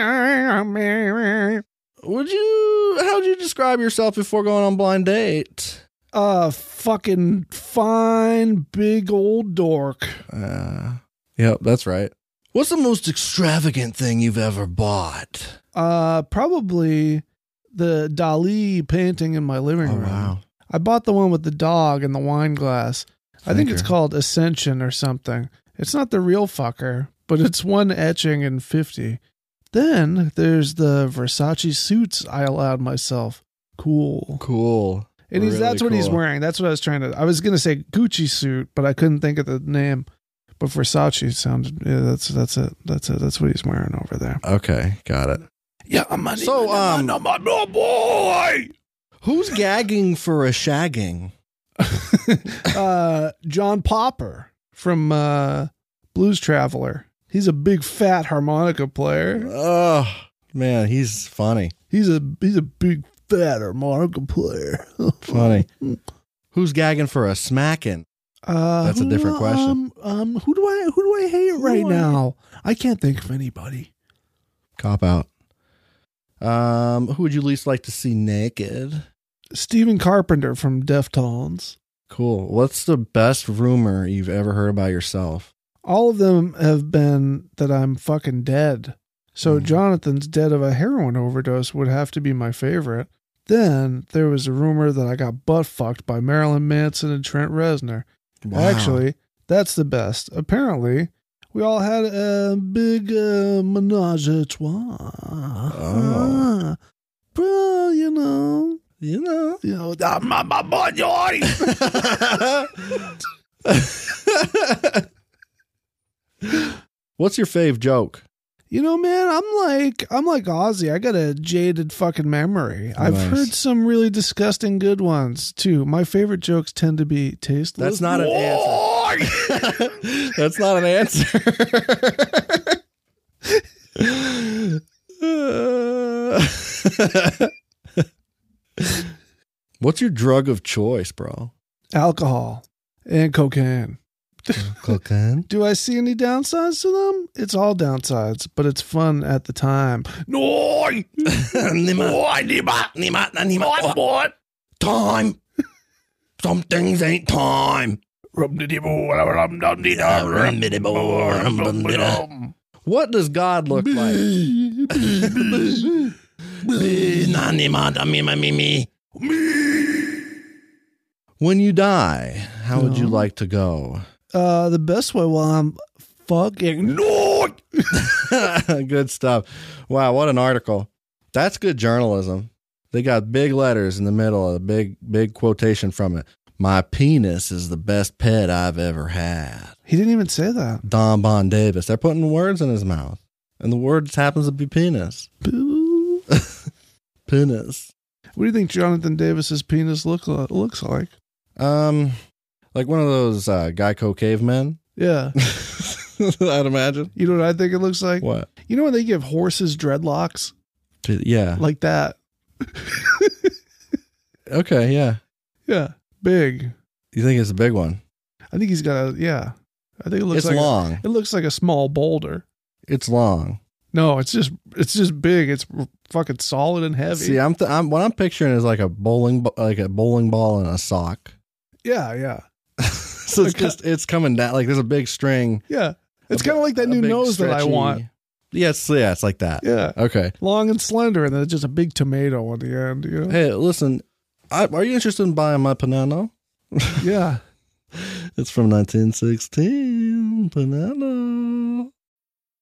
B: Would you, how'd you describe yourself before going on blind date?
A: A fucking fine, big old dork.
B: Uh, yep, that's right. What's the most extravagant thing you've ever bought?
A: Uh, probably the Dali painting in my living
B: Oh,
A: room. I bought the one with the dog and the wine glass. I think it's
B: Thinker.
A: called Ascension or something. It's not the real fucker, but it's one etching in 50. Then there's the Versace suits I allowed myself. Cool.
B: Cool.
A: And he's,
B: Really
A: that's what he's
B: cool.
A: wearing. That's what I was trying to. I was going to say Gucci suit, but I couldn't think of the name. But Versace sounded. Yeah, that's that's it. That's it. That's what he's wearing over there.
B: Okay, got it.
A: Yeah, I'm money.
B: So, um, oh boy, who's gagging for a shagging?
A: <laughs> uh, John Popper from uh, Blues Traveler. He's a big fat harmonica player.
B: Oh man, he's funny.
A: He's a he's a big fat harmonica player. <laughs>
B: Funny. who's gagging for a smacking?
A: Uh,
B: That's a different
A: who-
B: question.
A: Um, um, who do I who do I hate right
B: do I-
A: now? I can't think of anybody.
B: Cop out. Um, who would you least like to see naked?
A: Stephen Carpenter from Deftones.
B: Cool. What's the best rumor you've ever heard about yourself?
A: All of them have been that I'm fucking dead. So
B: Mhm.
A: Jonathan's dead of a heroin overdose would have to be my favorite. Then there was a rumor that I got butt fucked by Marilyn Manson and Trent Reznor. Actually, that's the best. Apparently, we all had a big uh, menage a trois.
B: Oh.
A: Bro, you know,
B: you know.
A: you know, I'm my, my boy, Jordy.
B: <laughs> What's your fave joke?
A: You know, man, I'm like I'm like Ozzy. I got a jaded fucking memory. I've
B: Nice.
A: heard some really disgusting good ones too. My favorite jokes tend to be tasteless.
B: That's not an <laughs> answer. That's not an answer. <laughs> What's your drug of choice, bro?
A: alcohol and cocaine.
B: Cocaine.
A: Do I see any downsides to them? It's all downsides, but it's fun at the time. No,
B: <laughs> Oh. Time. Some things ain't time. What does God look like? When you die, how would you
A: No.
B: like to go?
A: uh, the best way. Well, I'm fucking no.
B: <laughs> good stuff. Wow, what an article. That's good journalism. They got big letters in the middle of a big big quotation from it. My penis is the best pet I've ever had.
A: He didn't even say that.
B: Don Bon Davis. They're putting words in his mouth. And the word just happens to be penis.
A: Boo.
B: Penis.
A: What do you think Jonathan Davis's penis look li- looks like?
B: Um like one of those uh, Geico cavemen, <laughs>
A: Yeah.
B: I'd imagine.
A: You know what I think it looks like?
B: What?
A: You know when they give horses dreadlocks
B: Yeah.
A: like that?
B: Okay, yeah.
A: Yeah, big.
B: You think it's a big one?
A: I think he's got a yeah. I think it looks
B: It's
A: like a-
B: long.
A: it looks like a small boulder.
B: It's long.
A: No, it's just it's just big. It's r- fucking solid and heavy.
B: See, I'm, th- I'm what I'm picturing is like a bowling, b- like a bowling ball and a sock. <laughs>
A: yeah, yeah,
B: so it's
A: Okay.
B: just it's coming down like there's a big string.
A: yeah. It's
B: a
A: kind of like that
B: bi- a
A: new
B: big
A: nose that I
B: stretchy- Oh.
A: want.
B: Yes, yeah, it's like that.
A: Yeah,
B: Okay.
A: long and slender, and then just a big tomato on the end. You know?
B: <laughs> Hey, listen, I, are you interested in buying my Panano?
A: Yeah,
B: It's from 1916. Panano.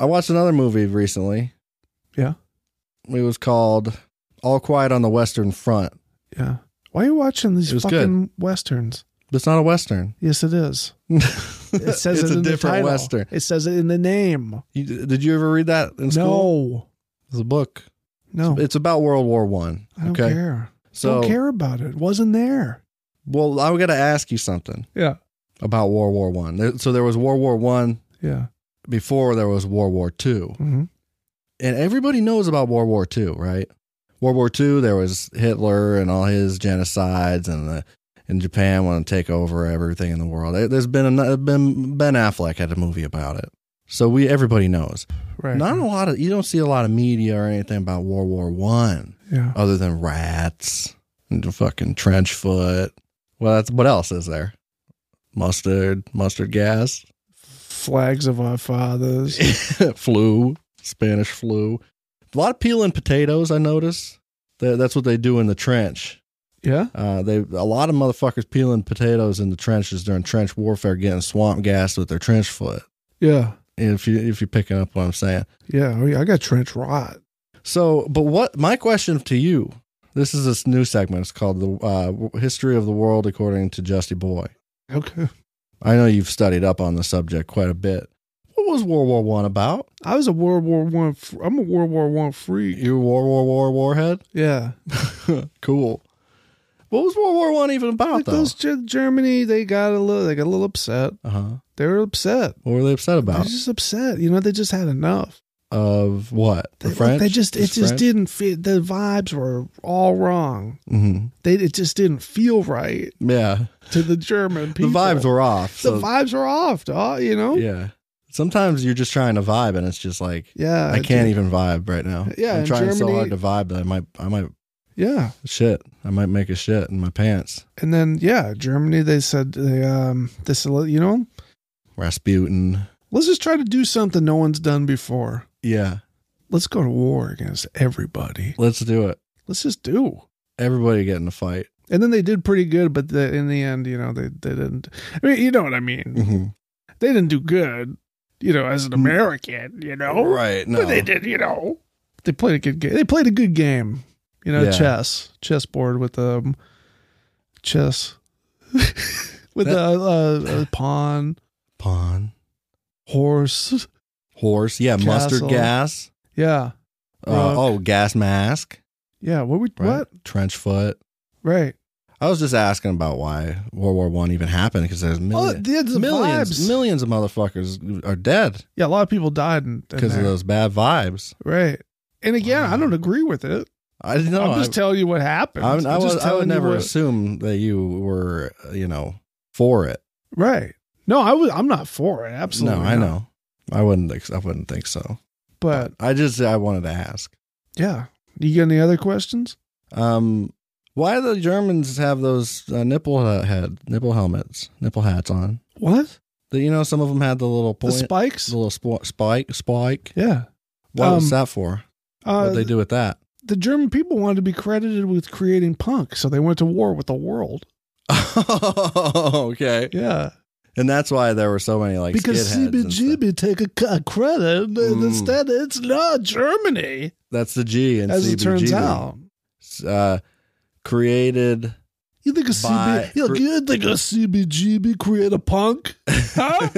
B: I watched another movie recently.
A: yeah,
B: It was called All Quiet on the Western Front.
A: yeah. Why are you watching these
B: It was
A: fucking westerns?
B: It's not a western. <laughs>
A: Yes, it is. It says it
B: it's a
A: in the
B: different
A: title.
B: western.
A: It says it in the name.
B: You, did you ever read that in school?
A: No,
B: It's a book.
A: no.
B: It's about World War One.
A: Oh. I don't
B: okay.
A: care.
B: So,
A: don't care about it. Wasn't there?
B: well, I got to ask you something
A: Yeah,
B: about World War One. There- So there was World War One
A: yeah.
B: before there was World War Two,
A: hmm
B: and everybody knows about World War Two, right? World War Two, there was Hitler and all his genocides, and the and Japan wanted to take over everything in the world. There- There's been a, been Ben Affleck had a movie about it, so we everybody knows.
A: Right.
B: Not a lot of you don't see a lot of media or anything about World War One.
A: yeah.
B: other than rats and the fucking trench foot. Well, that's what else is there? Mustard, mustard gas, <laughs>
A: Flags of our fathers.
B: flu, Spanish flu. A lot of peeling potatoes. I notice That- that's what they do in the trench.
A: yeah.
B: Uh, they a lot of motherfuckers peeling potatoes in the trenches during trench warfare, getting swamp gas with their trench foot.
A: Yeah.
B: If you if you're picking up what I'm saying.
A: Yeah. Oh, yeah. I got trench rot.
B: So, but what my question to you? This is this new segment. It's called the uh, History of the World According to Justy Boy.
A: Okay.
B: I know you've studied up on the subject quite a bit. What was World War One about?
A: I was a World War One. fr- I'm a World War One freak.
B: You were World War War warhead?
A: Yeah,
B: cool. What was World War One even about
A: like
B: though?
A: those Ge- Germany, they got a little. They got a little upset.
B: uh-huh.
A: They were upset.
B: What were they upset
A: They're
B: about?
A: just upset. You know, they just had enough.
B: of what?
A: They,
B: The
A: like,
B: French?
A: they just it just didn't fit. The vibes were all wrong.
B: hmm
A: They it just didn't feel right
B: Yeah.
A: to the German people.
B: The vibes were off.
A: the
B: so-
A: vibes were off, dog. You know.
B: Yeah. Sometimes you're just trying to vibe and it's just like
A: Yeah,
B: I can't even vibe right now.
A: Yeah,
B: I'm
A: in
B: trying so
A: Germany-
B: hard to vibe that I might I might
A: Yeah,
B: shit. I might make a shit in my pants.
A: and then yeah, Germany. They said they um this you know
B: Rasputin.
A: let's just try to do something no one's done before.
B: Yeah.
A: Let's go to war against everybody.
B: Let's do it.
A: Let's just do.
B: Everybody get in a fight.
A: And then they did pretty good, but the, in the end, you know, they they didn't. I mean, you know what I mean.
B: Mm-hmm.
A: They didn't do good, you know, as an American, you know.
B: Mm. Right. No.
A: But they did, you know. They played a good game. They played a good game. You know,
B: Yeah.
A: chess, chessboard with um, chess <laughs> with a, a, a pawn,
B: Pawn.
A: horse.
B: Horse. Yeah.
A: Castle.
B: Mustard gas.
A: Yeah,
B: Uh,
A: Rook.
B: oh, gas mask.
A: yeah. What we
B: Right?
A: what
B: Trench foot.
A: right?
B: I was just asking about why World War One even happened because there's
A: Oh,
B: millions,
A: the- the
B: millions,
A: vibes.
B: millions of motherfuckers are dead
A: Yeah, a lot of people died in- in
B: because of
A: there.
B: those bad vibes.
A: Right. And again, I don't agree with it.
B: I know.
A: I'm just
B: I,
A: telling you what happened.
B: I, would- I,
A: I'm just
B: was, I would
A: telling you
B: never
A: what-
B: assume that you were, uh, you know, for it.
A: Right. No, I was. I'm not for it. Absolutely.
B: no, I
A: not.
B: know. I wouldn't. ex- I wouldn't think so.
A: But
B: I just I wanted to ask.
A: yeah, you got any other questions?
B: Um, why do the Germans have those uh, nipple uh, head nipple helmets, nipple hats on?
A: What
B: That you know, some of them had the little
A: the
B: point,
A: spikes?
B: the little spo- spike, spike.
A: yeah.
B: What was
A: Um,
B: that for?
A: Uh,
B: what they do with that? <laughs>
A: The German people wanted to be credited with creating punk, so they went to war with the world.
B: okay,
A: Yeah,
B: and that's why there were so many like
A: because
B: skinheads and stuff.
A: CBGB take a, c- a credit, and
B: Mm.
A: instead it's not Germany,
B: That's the G and
A: as it turns out.
B: uh,
A: <laughs>
B: created.
A: You think a
B: By-
A: CB, you, know, you think a CBGB create a
B: <laughs>
A: punk? Huh?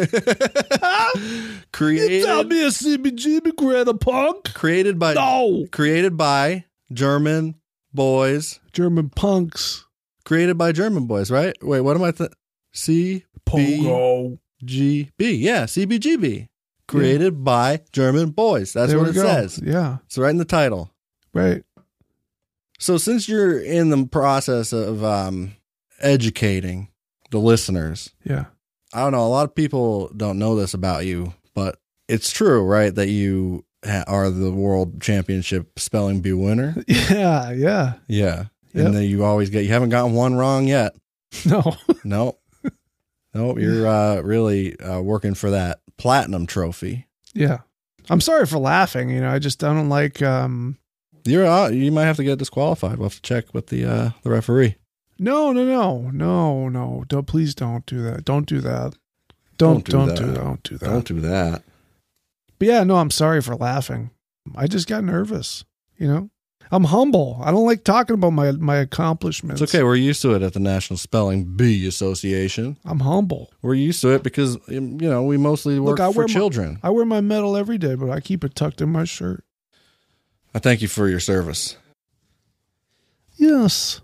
A: You tell
B: created
A: me a CBGB create a punk?
B: created by
A: No,
B: created by German boys.
A: German punks.
B: Created by German boys, right? Wait, what am I? Th- C
A: Pogo.
B: G B. Yeah, CBGB. Created by German boys. That's
A: There
B: what
A: we
B: it
A: go.
B: says.
A: Yeah,
B: It's right in the title.
A: right.
B: So since you're in the process of um, educating the listeners,
A: Yeah. <laughs>
B: I don't know. A lot of people don't know this about you, but it's true, right? That you ha- are the world championship spelling bee winner.
A: Yeah, <laughs> yeah.
B: Yeah.
A: Yep.
B: And then you always get, you haven't gotten one wrong yet.
A: No. <laughs>
B: Nope. nope. You're uh, really uh, working for that platinum trophy.
A: Yeah. I'm sorry for laughing, you know, I just I don't like um
B: You're out. You might have to get disqualified. We'll have to check with the uh, the referee.
A: no, no, no, no, no. Don't please don't do that. Don't do that. Don't don't
B: Don't
A: do
B: do
A: not do
B: that.
A: not do that.
B: do that.
A: But yeah, no, I'm sorry for laughing. I just got nervous, you know? I'm humble. I don't like talking about my my accomplishments.
B: It's okay. We're used to it at the National Spelling Bee Association.
A: I'm humble.
B: We're used to it because um, you know we mostly
A: Look,
B: work
A: I
B: for
A: wear my-
B: children.
A: I wear my medal every day, but I keep it tucked in my shirt.
B: I thank you for your service. <laughs>
A: Yes.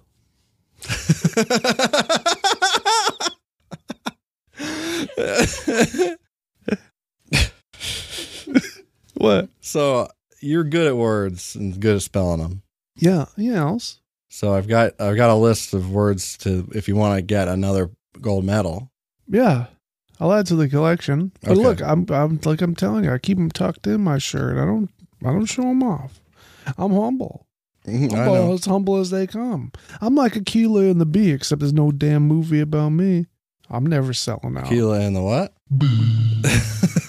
A: What?
B: so you're good at words and good at spelling them.
A: Yeah, yes.
B: So I've got I've got a list of words to if you want to get another gold medal.
A: Yeah, I'll add to the collection. But
B: Okay.
A: look, I'm, I'm like I'm telling you, I keep them tucked in my shirt. I don't I don't show them off. I'm humble.
B: Mhm, I
A: I'm
B: know.
A: as humble as they come. I'm like Aquila and the Bee, except there's no damn movie about me. I'm never selling out.
B: Tequila and the what? <laughs>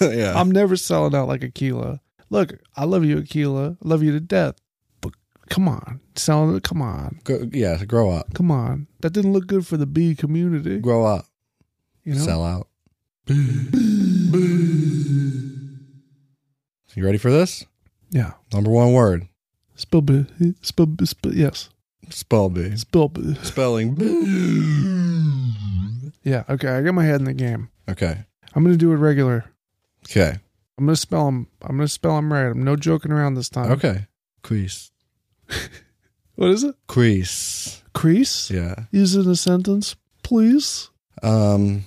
B: yeah.
A: Oh. I'm never selling out like Aquila. Look, I love you, Aquila. I love you to death. But come on, selling it. Come on,
B: Go, yeah, grow up.
A: come on. That didn't look good for the bee community.
B: Grow up.
A: You know.
B: Sell out. you ready for this?
A: Yeah.
B: Number one word.
A: Spill, bee- spill, bee- spill, yes.
B: Spell B.
A: Spill. bee.
B: Spelling. bee.
A: Yeah, okay, I got my head in the game.
B: Okay.
A: I'm going to do it regular.
B: Okay.
A: I'm going to spell them. I'm going to spell them right. I'm no joking around this time.
B: Okay. Crease.
A: What is it?
B: Crease.
A: Crease?
B: Yeah.
A: Use it in a sentence, please.
B: Um,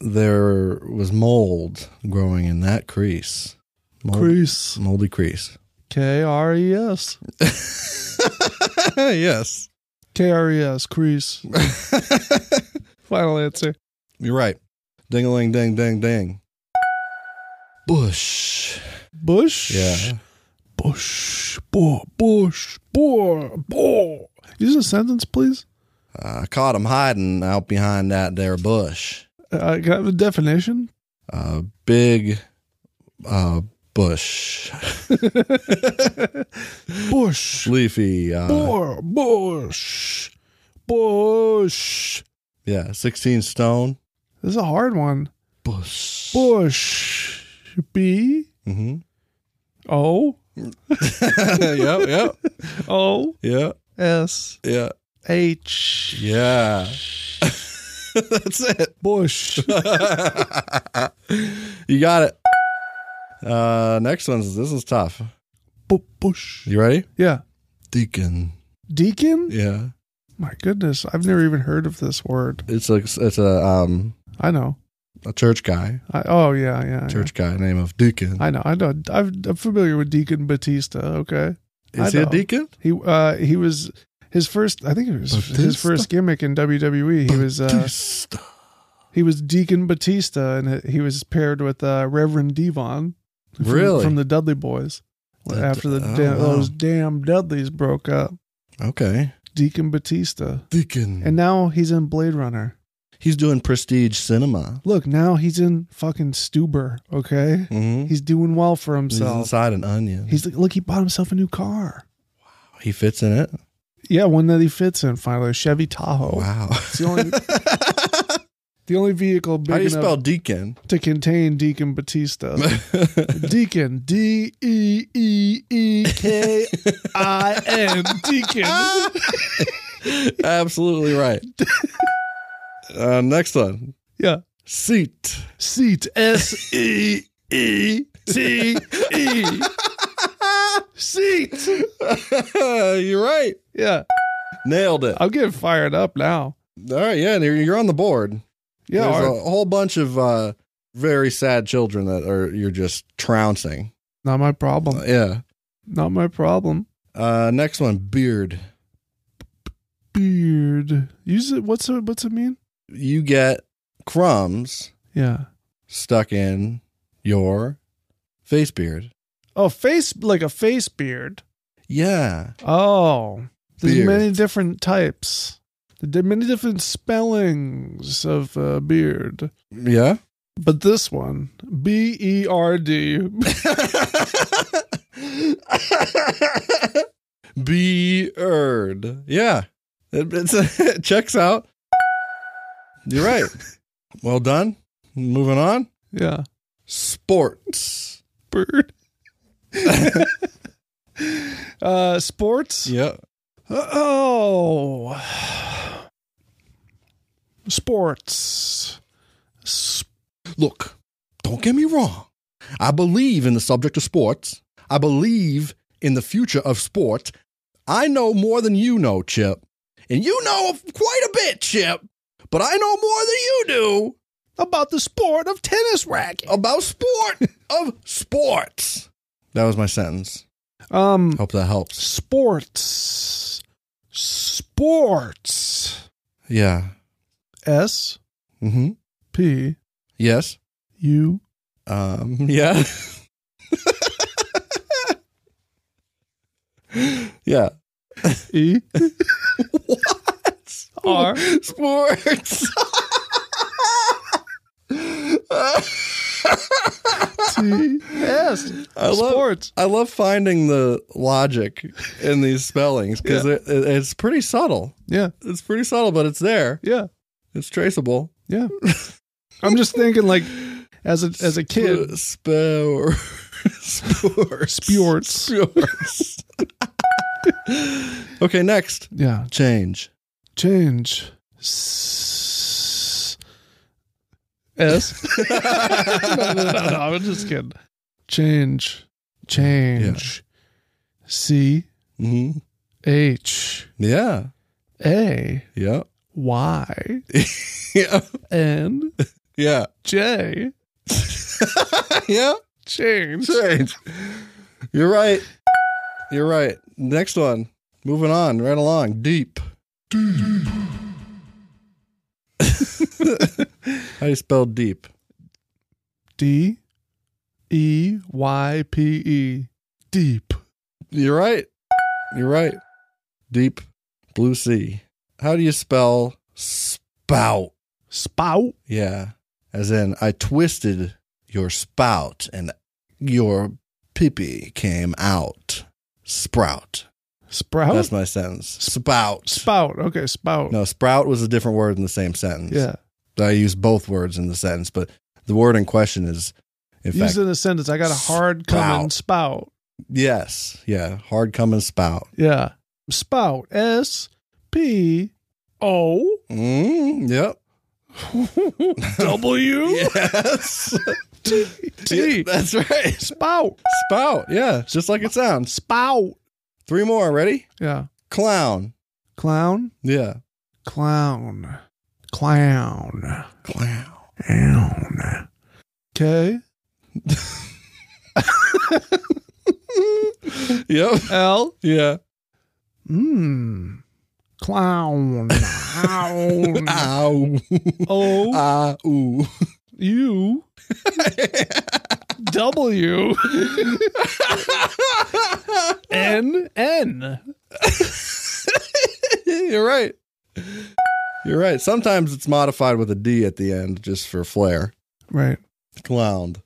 B: there was mold growing in that crease. Mold,
A: Crease. <laughs>
B: Moldy crease. <laughs>
A: K R E S. <laughs>
B: yes.
A: K R E S. Crease. Final answer.
B: You're right. Ding a ling ding ding ding. Bush.
A: Bush.
B: Yeah.
A: Bush. Boar. Bush. Boar. Boar. Use it in a sentence, please.
B: I caught him hiding out behind that there bush.
A: Uh, I got the definition.
B: Uh, big uh, bush.
A: Bush.
B: Leafy. Uh,
A: Boar. Bush. Bush.
B: yeah. 16 stone.
A: This is a hard one.
B: Bush.
A: Bush. B.
B: Mm-hmm.
A: O.
B: <laughs> yep. Yep.
A: O.
B: Yeah.
A: S.
B: Yeah.
A: H.
B: Yeah. <laughs> That's it.
A: Bush.
B: You got it. Uh next one's this is tough.
A: Bu- bush.
B: You ready?
A: Yeah.
B: Deacon.
A: Deacon?
B: Yeah.
A: My goodness. I've never even heard of this word.
B: It's a it's a um
A: I know.
B: a church guy.
A: I, oh, yeah, yeah.
B: Church guy name of Deacon.
A: Yeah. I know. I know. I've, I'm familiar with Deacon Batista. Okay. I
B: is he a
A: know.
B: deacon?
A: He uh he was his first I think it was his
B: Batista?
A: first gimmick in WWE. He was uh
B: Batista.
A: he was Deacon Batista and he was paired with uh Reverend Devon from,
B: Really?
A: from the Dudley Boys
B: That-
A: after the
B: oh,
A: damn,
B: wow.
A: those damn Dudleys broke up.
B: Okay.
A: Deacon Batista.
B: Deacon.
A: And now he's in Blade Runner.
B: he's doing prestige cinema.
A: Look, now he's in fucking Stuber, okay?
B: Mhm.
A: He's doing well for
B: He's
A: himself.
B: inside an onion.
A: Mm-hmm. He's like, look, he bought himself a new car.
B: he fits in it.
A: Yeah, one that he fits in finally, a Chevy Tahoe.
B: Wow.
A: Oh, It's
B: <laughs>
A: the only the only vehicle big
B: How do you
A: enough
B: spell deacon? <laughs>
A: to contain Deacon Batista. Deacon, D E E E K I N,
B: <laughs>
A: Deacon.
B: Absolutely right. uh, next one.
A: Yeah,
B: Seat. <laughs>
A: seat, S E E T
B: <laughs>
A: E, seat.
B: You're right.
A: Yeah,
B: Nailed it.
A: I'm getting fired up now.
B: All right. Yeah. You're, you're on the board.
A: Yeah,
B: There's
A: all right.
B: a whole bunch of uh, very sad children that are you're just trouncing.
A: not my problem.
B: Yeah.
A: Not my problem.
B: Uh, next one. Beard.
A: Beard. Use it. What's it? What's it mean?
B: You get crumbs
A: Yeah.
B: stuck in your face beard.
A: Oh, face like a face beard.
B: Yeah.
A: Oh, there's
B: Beard.
A: many different types. There are many different spellings of uh, beard,
B: Yeah. <laughs>
A: but this one, B E R D. <laughs>
B: Beard. Yeah. It, it's <laughs> it checks out. You're right. well done. Moving on.
A: Yeah,
B: Sports.
A: bird. <laughs> uh, sports.
B: Yeah.
A: Oh, sports. S-
B: Look, don't get me wrong. I believe in the subject of sports. I believe in the future of sports. I know more than you know, Chip. And you know quite a bit, Chip. But I know more than you do.
A: about the sport of tennis racket.
B: about sport of sports. That was my sentence.
A: Um,
B: Hope that helps.
A: sports. Sports.
B: Yeah.
A: S
B: Mm-hmm.
A: P
B: Yes.
A: U.
B: Um, yeah. <laughs> yeah.
A: E
B: What?
A: <laughs> R
B: Sports.
A: T S
B: I love-
A: sports.
B: I love finding the logic in these spellings because it, it- it's pretty subtle.
A: Yeah,
B: It's pretty subtle, but it's there.
A: yeah,
B: It's traceable.
A: yeah. I'm just thinking, like, as a as a <laughs> kid, <laughs>
B: Spor- sports.
A: sports. <laughs>
B: Sports. okay, next.
A: Yeah,
B: Change.
A: change. S S. <laughs> no, no, no, no, I'm just kidding. Change, change, C
B: Mm-hmm.
A: H
B: Yeah.
A: A
B: Yep.
A: Y
B: <laughs> Yeah.
A: N
B: Yeah.
A: J
B: yeah.
A: change.
B: Change. You're right. You're right. Next one. Moving on, right along. Deep. <laughs> How do you spell deep?
A: D E Y P E deep.
B: You're right. You're right. Deep blue sea. How do you spell spout?
A: Spout.
B: Yeah. As in, I twisted your spout and your pee came out. Sprout.
A: Sprout.
B: That's my sentence. Spout.
A: spout. Okay, spout.
B: No, sprout was a different word in the same sentence.
A: Yeah.
B: I use both words in the sentence, but the word in question is, in
A: Use
B: fact,
A: it in a sentence. I got a hard coming spout.
B: yes. Yeah. Hard coming spout.
A: Yeah. Spout. S P O
B: Mm, yep. <laughs>
A: W
B: Yes.
A: T
B: Yeah,
A: T.
B: <laughs> that's right.
A: Spout.
B: Spout. Yeah. Just like it sounds.
A: Spout.
B: Three more. Ready?
A: Yeah.
B: Clown.
A: Clown.
B: Yeah.
A: Clown. Clown.
B: Clown.
A: Clown. K
B: Yep.
A: L.
B: Yeah.
A: Mmm. Clown. Clown. <laughs>
B: Ow.
A: O
B: Ah. Ooh. <laughs>
A: U W N N.
B: You're right. You're right. Sometimes it's modified with a D at the end just for flair.
A: Right.
B: Clowned.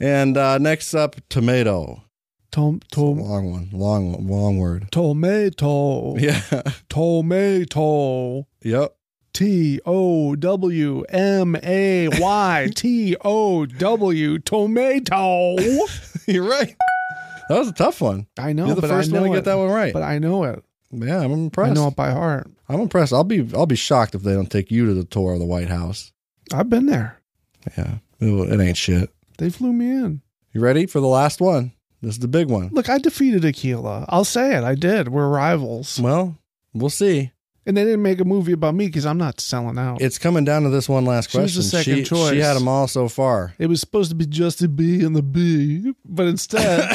B: And uh, next up, tomato.
A: Tom tom
B: Long one. Long long word. <laughs>
A: tomato.
B: Yeah.
A: Tomato.
B: Yep. <laughs>
A: T O W M A Y T O W tomato.
B: You're right. That was a tough one.
A: I know.
B: You're the
A: but
B: first
A: I know
B: one to
A: it.
B: get that one right.
A: But I know it.
B: yeah, I'm
A: I
B: impressed.
A: know it by heart.
B: I'm impressed. I'll be I'll be shocked if they don't take you to the tour of the White House.
A: I've been there.
B: Yeah. It, it ain't shit.
A: They flew me in.
B: You ready for the last one? This is the big one.
A: Look, I defeated Aquila. I'll say it. I did. We're rivals.
B: Well, we'll see.
A: And they didn't make a movie about me because I'm not selling out.
B: It's coming down to this one last
A: She was
B: question.
A: the second
B: she,
A: choice.
B: she had them all so
A: <coughs>
B: far.
A: It was supposed to be Justin B and the B, but instead,
B: <laughs>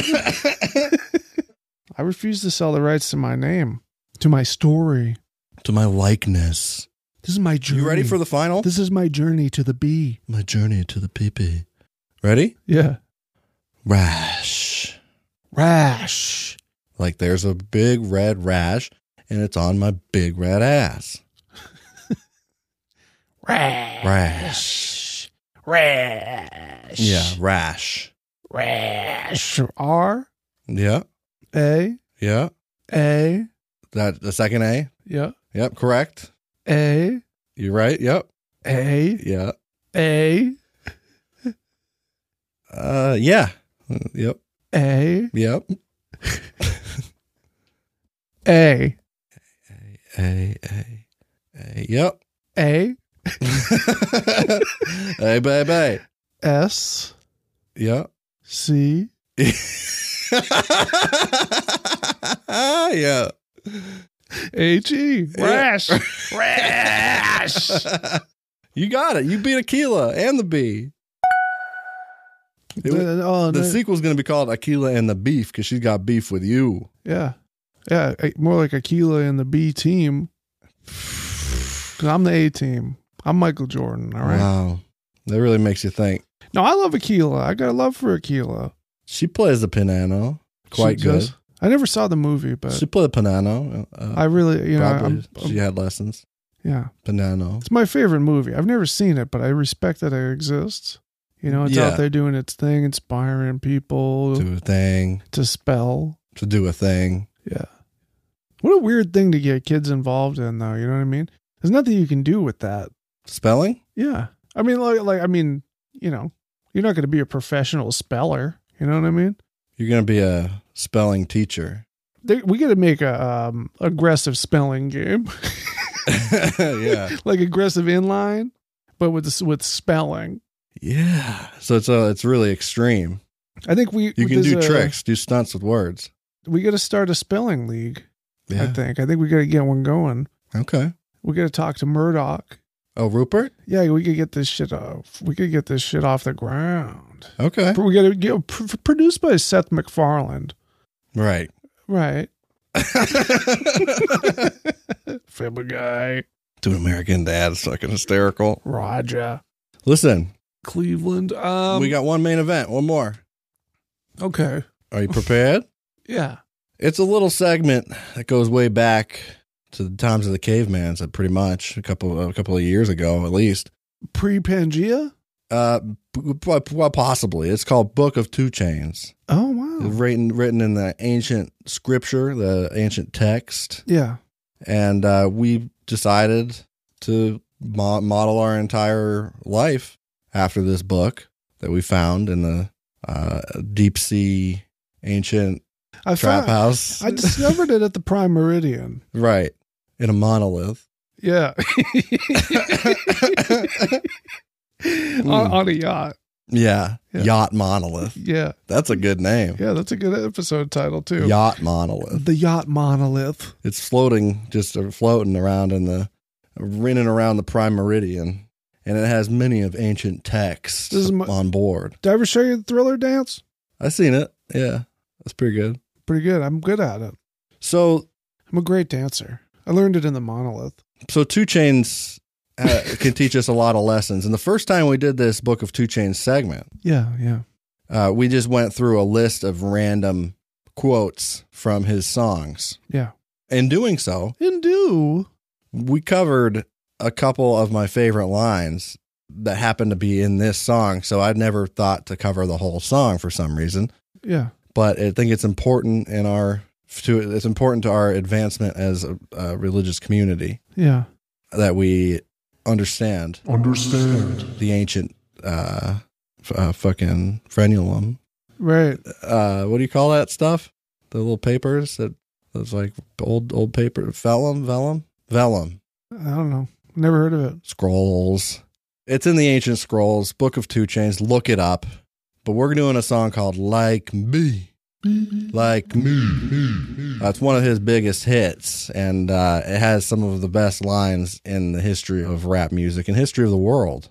A: I refused to sell the rights to my name, to my story.
B: to my likeness.
A: This is my journey.
B: You ready for the final?
A: This is my journey to the B.
B: my journey to the peepee. Ready?
A: Yeah.
B: Rash.
A: Rash.
B: Like there's a big red rash, and it's on my big red ass.
A: Rash.
B: Rash.
A: Rash.
B: Yeah, rash.
A: Rash. R
B: Yeah,
A: A
B: yeah.
A: A.
B: That the second A.
A: Yeah.
B: Yep, correct.
A: A
B: You're right. Yep.
A: A
B: Yeah.
A: A
B: Uh, yeah. Mm, Yep.
A: A
B: Yep.
A: A
B: A A A. Yep. <laughs>
A: A
B: hey, baby.
A: S
B: Yep. <laughs>
A: C
B: yeah.
A: H E.
B: Yeah.
A: Rash.
B: <laughs>
A: <laughs> Oh, Rash.
B: You got it. You beat Aquila and the bee. It was-
A: Uh, oh,
B: the
A: no.
B: sequel's going to be called Aquila and the Beef because she's got beef with you.
A: yeah. Yeah. eh, More like Aquila and the B team. Because I'm the A team. I'm Michael Jordan. All right.
B: Wow. That really makes you think.
A: No, I love Aquila. I got a love for Aquila.
B: She plays the piano quite
A: She
B: good.
A: does. I never saw the movie, but
B: She played the piano. Uh,
A: I really, you know,
B: probably
A: I'm,
B: she had lessons.
A: yeah,
B: Piano.
A: it's my favorite movie. I've never seen it, but I respect that it exists. You know, it's
B: Yeah.
A: out there doing its thing, inspiring people
B: Do a thing.
A: to spell.
B: To do a thing.
A: Yeah. What a weird thing to get kids involved in, though. You know what I mean? There's nothing you can do with that.
B: Spelling?
A: Yeah. I mean, like, like I mean, you know, you're not going to be a professional speller. You know what I mean?
B: You're going to be a spelling teacher. <laughs>
A: They, we got to make a um, aggressive spelling game. <laughs>
B: yeah.
A: like aggressive inline, but with with spelling.
B: Yeah. So it's uh, it's really extreme.
A: I think we
B: You can
A: there's
B: do
A: a-
B: tricks, do stunts with words.
A: We got to start a spelling league. I
B: Yeah.
A: think. I think we got to get one going.
B: Okay.
A: We got to talk to Murdoch.
B: Oh, Rupert.
A: Yeah, we could get this shit off. We could get this shit off the ground.
B: Okay.
A: We got to get pr- produced by Seth MacFarlane, <laughs>
B: Right. <laughs>
A: right? Family Guy,
B: Dude, American Dad's fucking hysterical.
A: Roger,
B: Listen,
A: Cleveland. Um,
B: we got one main event. One more.
A: okay.
B: Are you prepared?
A: Yeah,
B: It's a little segment that goes way back to the times of the cavemans, uh, pretty much a couple a couple of years ago, at least.
A: pre Pangea.
B: Uh, p- p- well, possibly. It's called Book of Two Chains,
A: Oh wow.
B: written written in the ancient scripture, the ancient text,
A: Yeah.
B: and uh, we decided to mo- model our entire life after this book that we found in the uh, deep sea ancient
A: I
B: trap
A: found,
B: house.
A: I discovered it at the Prime Meridian.
B: <laughs> right in a monolith. <laughs>
A: Yeah.
B: Mm.
A: on, on a yacht.
B: Yeah.
A: Yeah.
B: Yacht Monolith.
A: Yeah.
B: That's a good name.
A: Yeah, that's a good episode title too.
B: Yacht Monolith.
A: The yacht monolith.
B: It's floating, just uh, floating around in the, running around the prime meridian. And it has many of ancient texts
A: This is my-
B: on board.
A: Did I ever show you the thriller dance?
B: i seen it. Yeah. That's pretty good.
A: Pretty good. I'm good at it.
B: So,
A: I'm a great dancer. I learned it in the monolith.
B: so Two Chains uh, can teach us a lot of lessons. And the first time we did this Book of Two Chains segment,
A: Yeah, yeah.
B: uh, we just went through a list of random quotes from his songs.
A: Yeah.
B: In doing so,
A: And do.
B: we covered a couple of my favorite lines that happened to be in this song. So I'd never thought to cover the whole song for some reason,
A: Yeah.
B: but I think it's important in our to it's important to our advancement as a, a religious community
A: Yeah.
B: that we understand
E: Understand.
B: the ancient uh, f- uh fucking frenulum.
A: Right.
B: Uh, what do you call that stuff? The little papers that that's like old old paper vellum vellum vellum.
A: I don't know. Never heard of it.
B: scrolls. It's in the ancient scrolls, Book of Two Chains. Look it up. But we're doing a song called "Like Me," like me. That's one of his biggest hits, and uh, it has some of the best lines in the history of rap music and history of the world.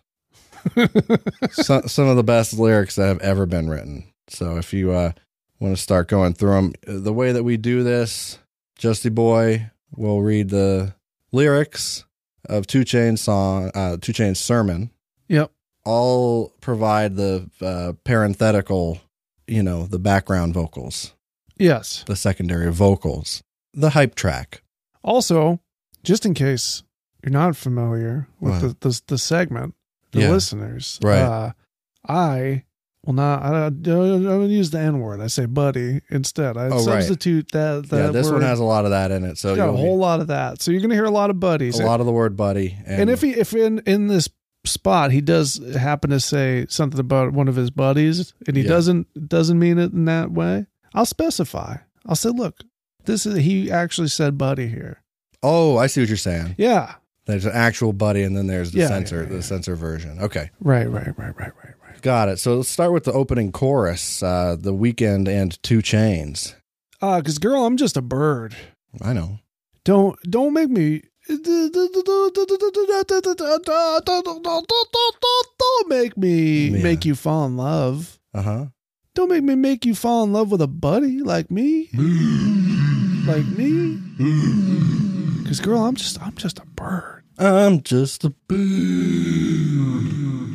B: some, some of the best lyrics that have ever been written. So if you uh, want to start going through them, the way that we do this, Justy Boy will read the lyrics of Two Chain song, uh, Two Chain's sermon.
A: <laughs> Yep.
B: I'll provide the uh, parenthetical, you know, the background vocals,
A: Yes.
B: the secondary vocals, the hype track.
A: Also, just in case you're not familiar with the,
B: What?
A: the the segment, the
B: Yeah.
A: listeners,
B: Right.
A: Uh, I will not. I don't, I don't use the N word. I say buddy instead. I
B: Oh, right.
A: substitute that. that
B: yeah, this
A: word.
B: one has a lot of that in it. So
A: It's got a
B: you'll-
A: whole lot of that. So you're gonna hear a lot of buddies.
B: a lot of the word buddy.
A: and, if he if in in this spot he does happen to say something about one of his buddies and he
B: Yeah.
A: doesn't doesn't mean it in that way, I'll specify. I'll say, look, this is he actually said buddy here.
B: oh, I see what you're saying.
A: Yeah.
B: There's an actual buddy, and then there's the
A: Yeah,
B: censor,
A: yeah, yeah.
B: the censor version. Okay,
A: Right, right, right, right, right, right.
B: got it. So let's start with the opening chorus, uh, the weekend and Two Chains.
A: Uh, cause girl, I'm just a bird.
B: I know.
A: Don't don't make me don't make me
B: Yeah.
A: make you fall in love.
B: Uh huh.
A: Don't make me make you fall in love with a buddy like me. like me. Cause girl, I'm just I'm just a bird.
B: I'm just a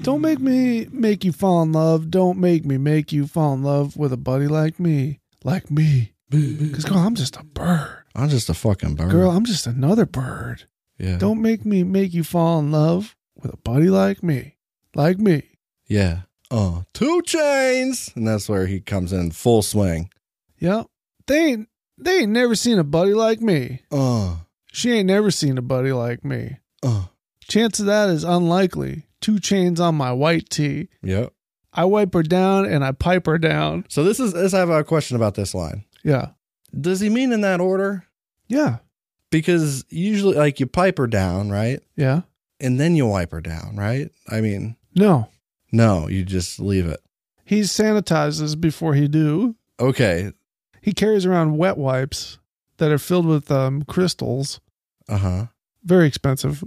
A: Don't make me make you fall in love. Don't make me make you fall in love with a buddy like me. Like me. Cause girl, I'm just a bird.
B: I'm just a fucking bird.
A: Girl, I'm just another bird.
B: yeah.
A: Don't make me make you fall in love with a buddy like me. Like me.
B: Yeah. Uh, two chains. And that's where he comes in full swing.
A: Yep. They ain't they ain't never seen a buddy like me.
B: Uh,
A: She ain't never seen a buddy like me.
B: uh.
A: Chance of that is unlikely. Two chains on my white tee.
B: Yep.
A: I wipe her down and I pipe her down.
B: So this is, let's have a question about this line.
A: Yeah.
B: Does he mean in that order?
A: Yeah.
B: Because usually, like, you pipe her down, right?
A: Yeah.
B: And then you wipe her down, right? I mean,
A: No.
B: No, you just leave it.
A: He sanitizes before he do.
B: Okay.
A: He carries around wet wipes that are filled with um, crystals,
B: Uh huh.
A: very expensive,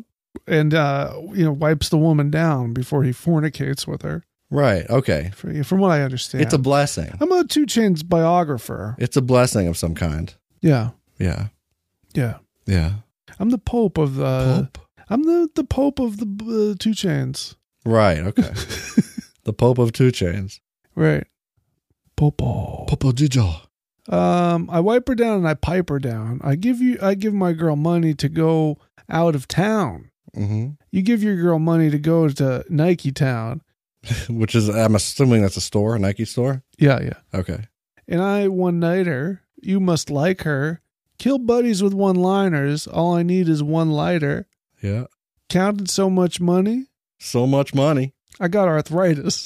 A: and uh, you know wipes the woman down before he fornicates with her.
B: Right. Okay.
A: From from what I understand,
B: It's a blessing.
A: I'm a Two Chain's biographer.
B: It's a blessing of some kind.
A: Yeah,
B: Yeah.
A: yeah.
B: Yeah.
A: I'm the Pope of the.
B: Pope.
A: I'm the the Pope of the uh, Two Chains.
B: Right. <laughs> Okay. the Pope of Two Chains.
A: Right. Popo.
B: Popo Jijo.
A: Um, I wipe her down and I pipe her down. I give you, I give my girl money to go out of town.
B: Mm-hmm.
A: You give your girl money to go to Nike Town.
B: <laughs> Which is, I'm assuming that's a store, a Nike store.
A: Yeah, yeah.
B: Okay.
A: And I one nighter. You must like her. Kill buddies with one liners. All I need is one lighter.
B: Yeah.
A: Counted so much money.
B: So much money.
A: I got arthritis.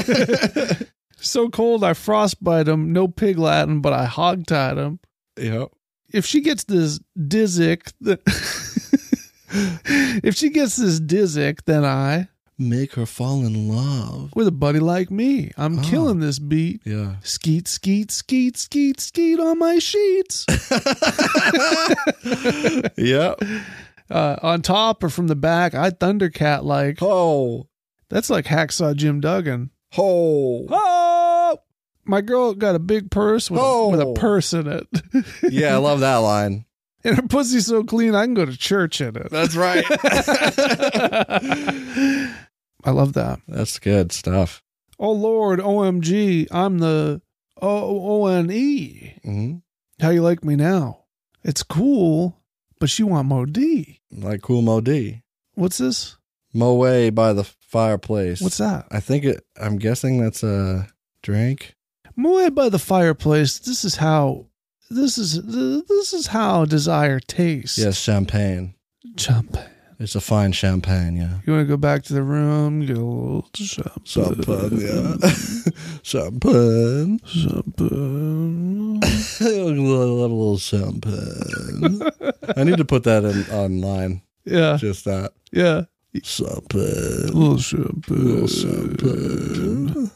A: <laughs> so cold I frostbite him. No pig Latin, but I hogtied him.
B: yeah.
A: if she gets this dizzic, th- <laughs> if she gets this dizzic, then I,
B: Make her fall in love.
A: with a buddy like me, I'm
B: Oh.
A: killing this beat.
B: <laughs> Yeah.
A: Skeet, skeet, skeet, skeet, skeet on my
B: <laughs>
A: sheets.
B: yeah.
A: uh, on top or from the back, I thundercat like.
B: Ho.
A: That's like hacksaw Jim Duggan.
B: Ho.
A: Oh, my girl got a big purse with, a, with a
B: Oh.
A: purse in it, <laughs>
B: Yeah, I love that line.
A: and her pussy's so clean I can go to church in it.
B: That's right.
A: I love that.
B: <laughs> That's good stuff.
A: Oh Lord, OMG, I'm the O O N E.
B: Mm-hmm.
A: How you like me now? It's cool, but you want Mo D.
B: Like cool Mo D.
A: What's this?
B: Mo way by the fireplace.
A: What's that?
B: I think it, I'm guessing that's a drink.
A: Moe by the fireplace. This is how. This is this is how desire tastes.
B: Yes, champagne.
A: Jump.
B: It's a fine champagne, yeah.
A: You want to go back to the room? Get a little jump.
B: Champagne, <laughs> yeah. champagne.
A: Jump.
B: a little champagne. I need to put that in online.
A: Yeah.
B: Just that.
A: Yeah.
B: Champagne.
A: A little jump.
B: Little champagne.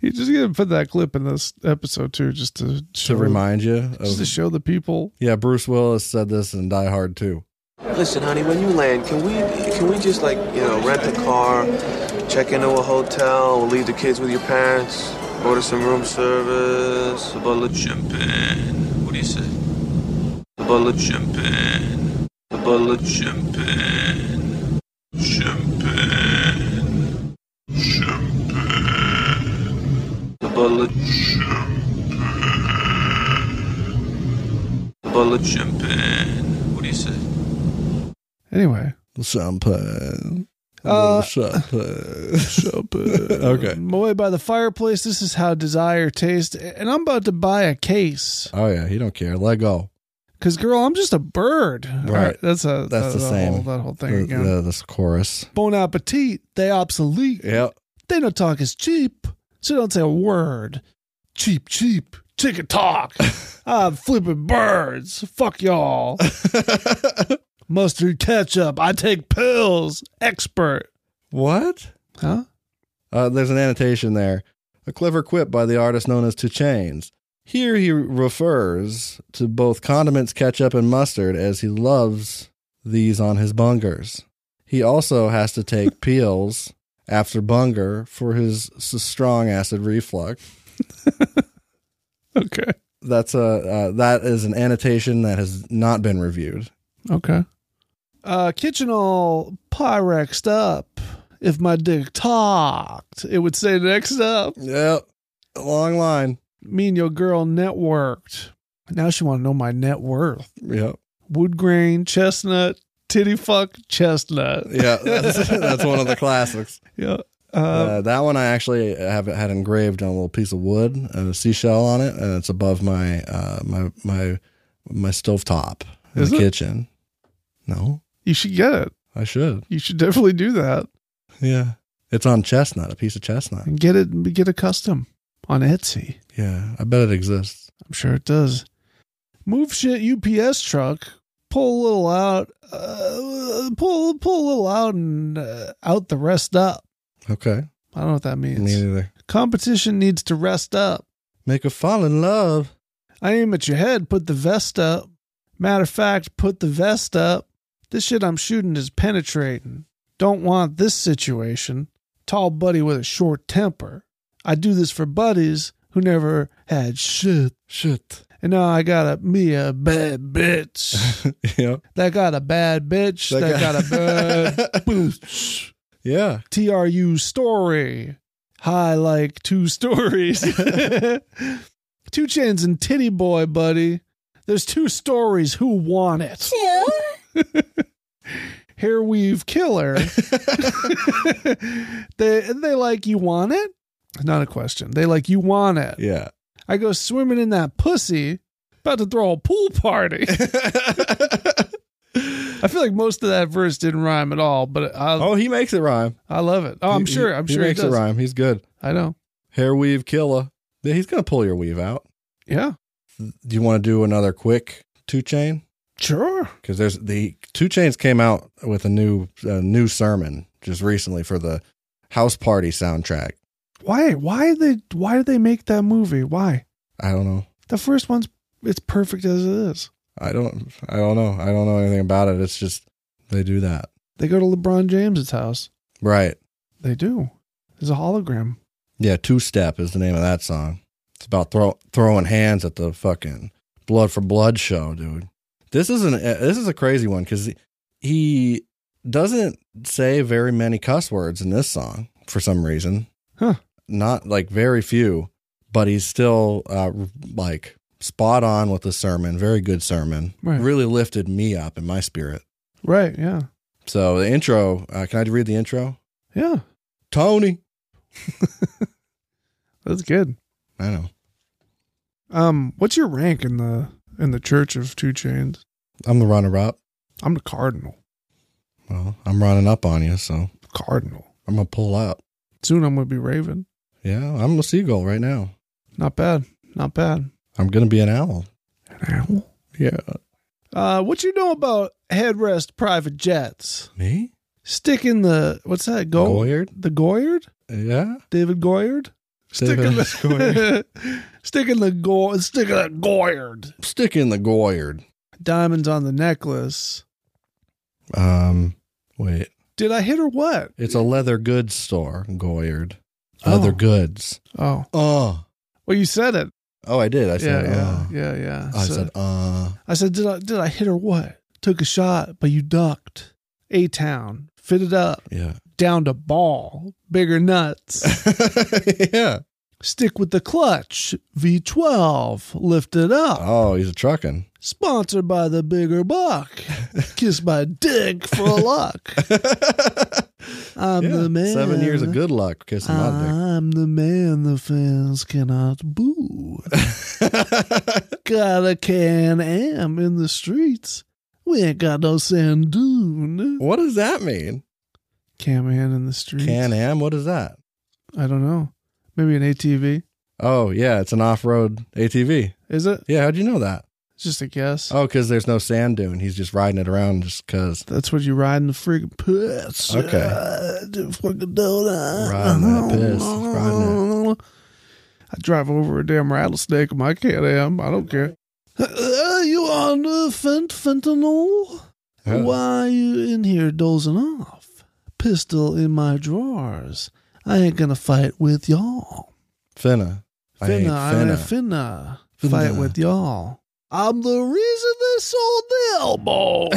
A: You just gonna put that clip in this episode too, just to show,
B: To remind you
A: just to
B: of.
A: show the people.
B: Yeah, Bruce Willis said this in Die Hard too.
E: Listen, honey, when you land, can we can we just like you know rent a car, check into a hotel, or leave the kids with your parents, order some room service, a bottle of champagne. What do you say? A bottle of champagne. A bottle of champagne. Champagne. Champagne. A bottle of champagne. A bottle of champagne. What do you say?
A: Anyway,
B: Champagne.
A: Uh, <laughs>
B: champagne.
A: okay. Moy by the fireplace. This is how desire tastes, and I'm about to buy a case
B: Oh yeah, he don't care. Let go.
A: because, girl, I'm just a bird. All that's a that-
B: That's the
A: that
B: same. Uh,
A: Whole, that whole thing
B: The-
A: again.
B: the- this chorus.
A: bon appetit. They obsolete.
B: Yep.
A: They don't talk as cheap, so don't say a word. Cheap, cheap. Chicken
B: <laughs>
A: talk. I'm flipping birds. Fuck
B: <laughs>
A: y'all. Mustard ketchup. I take pills. Expert.
B: what?
A: Huh?
B: Uh, there's an annotation there. A clever quip by the artist known as Two Chains. Here he refers to both condiments, ketchup, and mustard, as he loves these on his bungers. He also has to <laughs> take peels after bunger for his s- strong acid reflux.
A: Okay.
B: That's a uh, that is an annotation that has not been reviewed.
A: Okay. Uh, kitchen all pyrexed up. If my dick talked, it would say next up.
B: Yep, long line.
A: Me and your girl networked. Now she want to know my net worth.
B: Yep.
A: Wood grain, chestnut, titty fuck, chestnut.
B: Yeah, that's, <laughs> that's one of the
A: <laughs>
B: classics.
A: Yeah.
B: Uh,
A: Uh,
B: that one I actually have it had engraved on a little piece of wood and a seashell on it, and it's above my uh, my my my stove top in
A: Is
B: the
A: it?
B: kitchen. No,
A: you should get it.
B: I should.
A: You should definitely do that
B: Yeah, it's on chestnut, a piece of chestnut.
A: and get it. Get a custom on Etsy.
B: Yeah, I bet it exists.
A: I'm sure it does. Move shit UPS truck pull a little out, uh, pull pull a little out and uh, out the rest up.
B: Okay.
A: I don't know what that means.
B: Me neither.
A: Competition needs to rest up.
B: Make her fall in love. <laughs>
A: I aim at your head, put the vest up. Matter of fact, put the vest up. This shit I'm shooting is penetrating. Don't want this situation. Tall buddy with a short temper. I do this for buddies who never had shit.
B: Shit.
A: And now I got to me a bad bitch. <laughs>
B: yeah.
A: that got a bad bitch. That, got, a bad <laughs>
B: <laughs>
A: bitch.
B: Yeah.
A: TRU story. High like two stories. two chains and titty boy, buddy. There's two stories. Who want it? <laughs> Hair weave killer. they they like you want it. Not a question. They like you want it.
B: Yeah.
A: I go swimming in that pussy. About to throw a pool party. I feel like most of that verse didn't rhyme at all, but I
B: oh, he makes it rhyme.
A: I love it. Uh, Oh, I'm
B: He-
A: sure. I'm
B: he
A: sure he
B: makes
A: does.
B: it rhyme. He's good.
A: I know.
B: Hair weave killer. Yeah, he's gonna pull your weave out.
A: Yeah.
B: Do you want to do another quick two chain?
A: Sure.
B: Because there's the two chains came out with a new uh, new sermon just recently for the house party soundtrack.
A: Why? Why they? Why did they make that movie? Why?
B: I don't know.
A: The first one's it's perfect as it is.
B: I don't. I don't know. I don't know anything about it. It's just they do that,
A: They go to LeBron James's house.
B: right?
A: They do. There's a hologram.
B: Yeah, Two Step is the name of that song. It's about throw, throwing hands at the fucking blood for blood show, dude. This is an uh, this is a crazy one because he doesn't say very many cuss words in this song for some reason.
A: Huh.
B: Not like very few, but he's still uh, like spot on with the sermon. Very good sermon.
A: Right.
B: Really lifted me up in my spirit.
A: Right. Yeah.
B: So the intro. Uh, can I read the intro?
A: Yeah. <laughs>
B: Tony.
A: That's good.
B: I know.
A: Um. What's your rank in the in the Church of Two Chains?
B: I'm the runner up.
A: I'm the cardinal.
B: Well, I'm running up on you, so
A: Cardinal.
B: I'm gonna pull up.
A: Soon I'm gonna be Raven.
B: Yeah, I'm a seagull right now.
A: Not bad. Not bad.
B: I'm gonna be an owl.
A: Owl.
B: Yeah.
A: Uh, what you know about headrest private jets?
B: Me?
A: Sticking the what's that? Go-
B: Goyard?
A: The Goyard?
B: Yeah.
A: David Goyard? Sticking the
B: <laughs> Goyard.
A: <laughs> Sticking the go sticking the Goyard.
B: Stick in the Goyard.
A: Diamonds on the necklace.
B: Um wait.
A: Did I hit or what?
B: It's a leather goods store, Goyard.
A: Oh.
B: Leather goods.
A: Oh.
B: Oh.
A: Well you said it.
B: Oh I did. I said
A: yeah,
B: uh.
A: yeah, yeah, yeah.
B: I
A: So-
B: said uh
A: I said, Did I did I hit or what? Took a shot, but you ducked. A town. Fitted up. <laughs>
B: yeah.
A: Down to ball. Bigger nuts.
B: yeah.
A: Stick with the clutch. V12. Lift it up.
B: Oh, he's a truckin'.
A: Sponsored by the bigger buck. Kiss my dick for
B: <laughs>
A: luck. I'm
B: Yeah,
A: the man. Uh-huh.
B: Seven years of good luck kissing my
A: I'm the man the fans cannot
B: <laughs>
A: boo.
B: dick. <laughs>
A: got a can am in the streets. We ain't got no sand dune.
B: what does that mean?
A: Can man in the streets.
B: Can Am? What is that?
A: I don't know. Maybe an ATV.
B: Oh, yeah, it's an off road ATV.
A: Is it?
B: Yeah, how'd you know that?
A: It's just a guess.
B: Oh, because there's no sand dune. He's just riding it around just because.
A: That's what you ride in the freaking piss.
B: Okay.
A: Uh, do fucking donut.
B: Riding that piss. Riding
A: I drive over a damn rattlesnake in my cat am. I don't care. Uh, you on the fent fentanyl? Why you in here dozing off? Pistol in my drawers. I ain't gonna fight with y'all.
B: Finna. I ain't
A: Finna, I ain't
B: finna.
A: finna,
B: Finna.
A: fight with y'all. I'm the reason they
B: <laughs>
A: sold the elbows.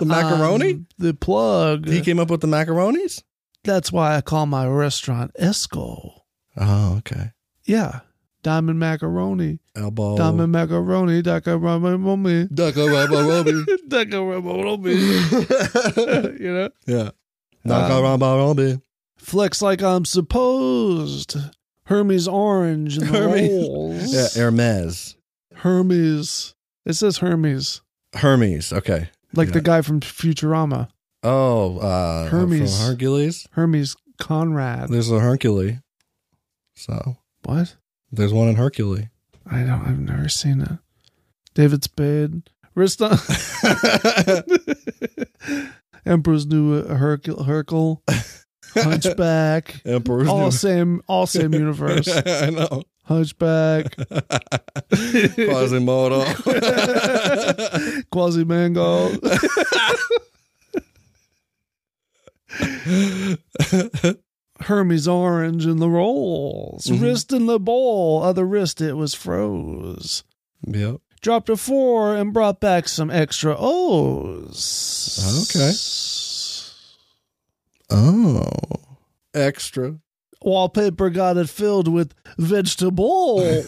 B: The macaroni?
A: I'm the plug.
B: He came up with the macaronis?
A: That's why I call my restaurant Esco.
B: Oh, okay.
A: Yeah. Diamond macaroni.
B: Elbow.
A: Diamond macaroni. Macaroni.
B: Duck
A: <laughs>
B: a
A: Macaroni. <laughs> You know?
B: <laughs> Yeah.
A: Um,
B: Macaroni.
A: Flex like I'm supposed. Hermes orange in the
B: Hermes.
A: rolls.
B: Yeah, Hermes.
A: Hermes. It says Hermes.
B: Hermes. Okay.
A: Like
B: Yeah.
A: the guy from Futurama.
B: Oh, uh,
A: Hermes.
B: From Hercules.
A: Hermes Conrad.
B: There's a Hercule. So
A: What? <laughs>
B: there's one in Hercule.
A: I don't I've never seen it. David Spade. Riston.
B: <laughs>
A: Emperor's New Hercule, Hercule Hunchback.
B: <laughs> Emperor's
A: all
B: New-
A: same, all same
B: <laughs>
A: universe.
B: I know.
A: Hunchback,
B: Quasimodo.
A: <laughs>
B: <laughs>
A: Quasimango. Hermes Orange in the rolls.
B: Mm-hmm.
A: Wrist in the bowl. Other wrist, it was froze.
B: yep.
A: Dropped a four and brought back some extra O's.
B: Okay. Oh. Extra.
A: Wallpaper got it filled with vegetable.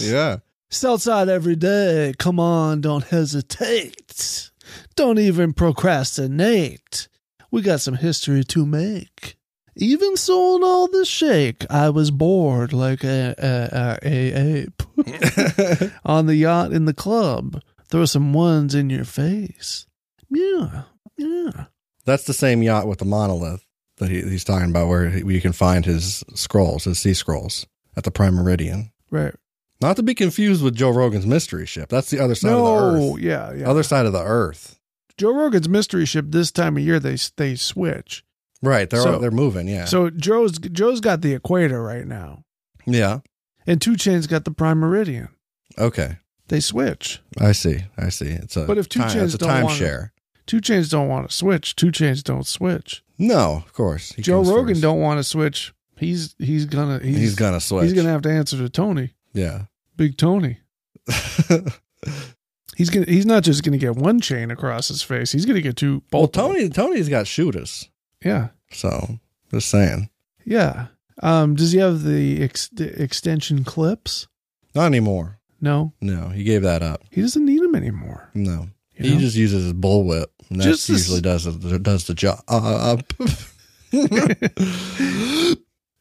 B: yeah. <laughs>
A: It's outside every day. Come on, don't hesitate. Don't even procrastinate. We got some history to make. Even so, in all the shake, I was bored like a, a, a, a ape. <laughs> On the yacht in the club, throw some ones in your face. Yeah, yeah.
B: That's the same yacht with the monolith that he, he's talking about, where he- you can find his scrolls, his sea scrolls at the Prime Meridian.
A: Right.
B: Not to be confused with Joe Rogan's mystery ship. That's the other side of the
A: No,
B: earth.
A: yeah, yeah.
B: Other side of the earth.
A: Joe Rogan's mystery ship this time of year, they, they switch.
B: Right. They're
A: So-
B: they're moving. Yeah.
A: So Joe's Joe's got the equator right now.
B: yeah.
A: and Two Chain's got the Prime Meridian.
B: Okay.
A: They switch.
B: I see. I see. It's a
A: But if two
B: ti-
A: chains
B: it's a
A: don't wanna-
B: timeshare.
A: Two Chains don't want to switch. Two Chains don't switch.
B: No, of course. He
A: Joe
B: comes
A: Rogan
B: first.
A: don't want to switch. He's he's gonna he's,
B: He's, gonna switch.
A: he's gonna have to answer to Tony,
B: Yeah. <laughs>
A: Big Tony. He's gonna he's not just gonna get one chain across his face. He's gonna get two.
B: well,
A: both of them.
B: Tony. Tony's got shooters.
A: Yeah,
B: So just saying.
A: yeah. Um, does he have the ex- the extension clips?
B: Not anymore.
A: No,
B: No, he gave that up.
A: he doesn't need them anymore. <laughs>
B: No.
A: You
B: He
A: know?
B: just uses his bullwhip. And that
A: Just this-
B: usually does the, does
A: <laughs>
B: the job.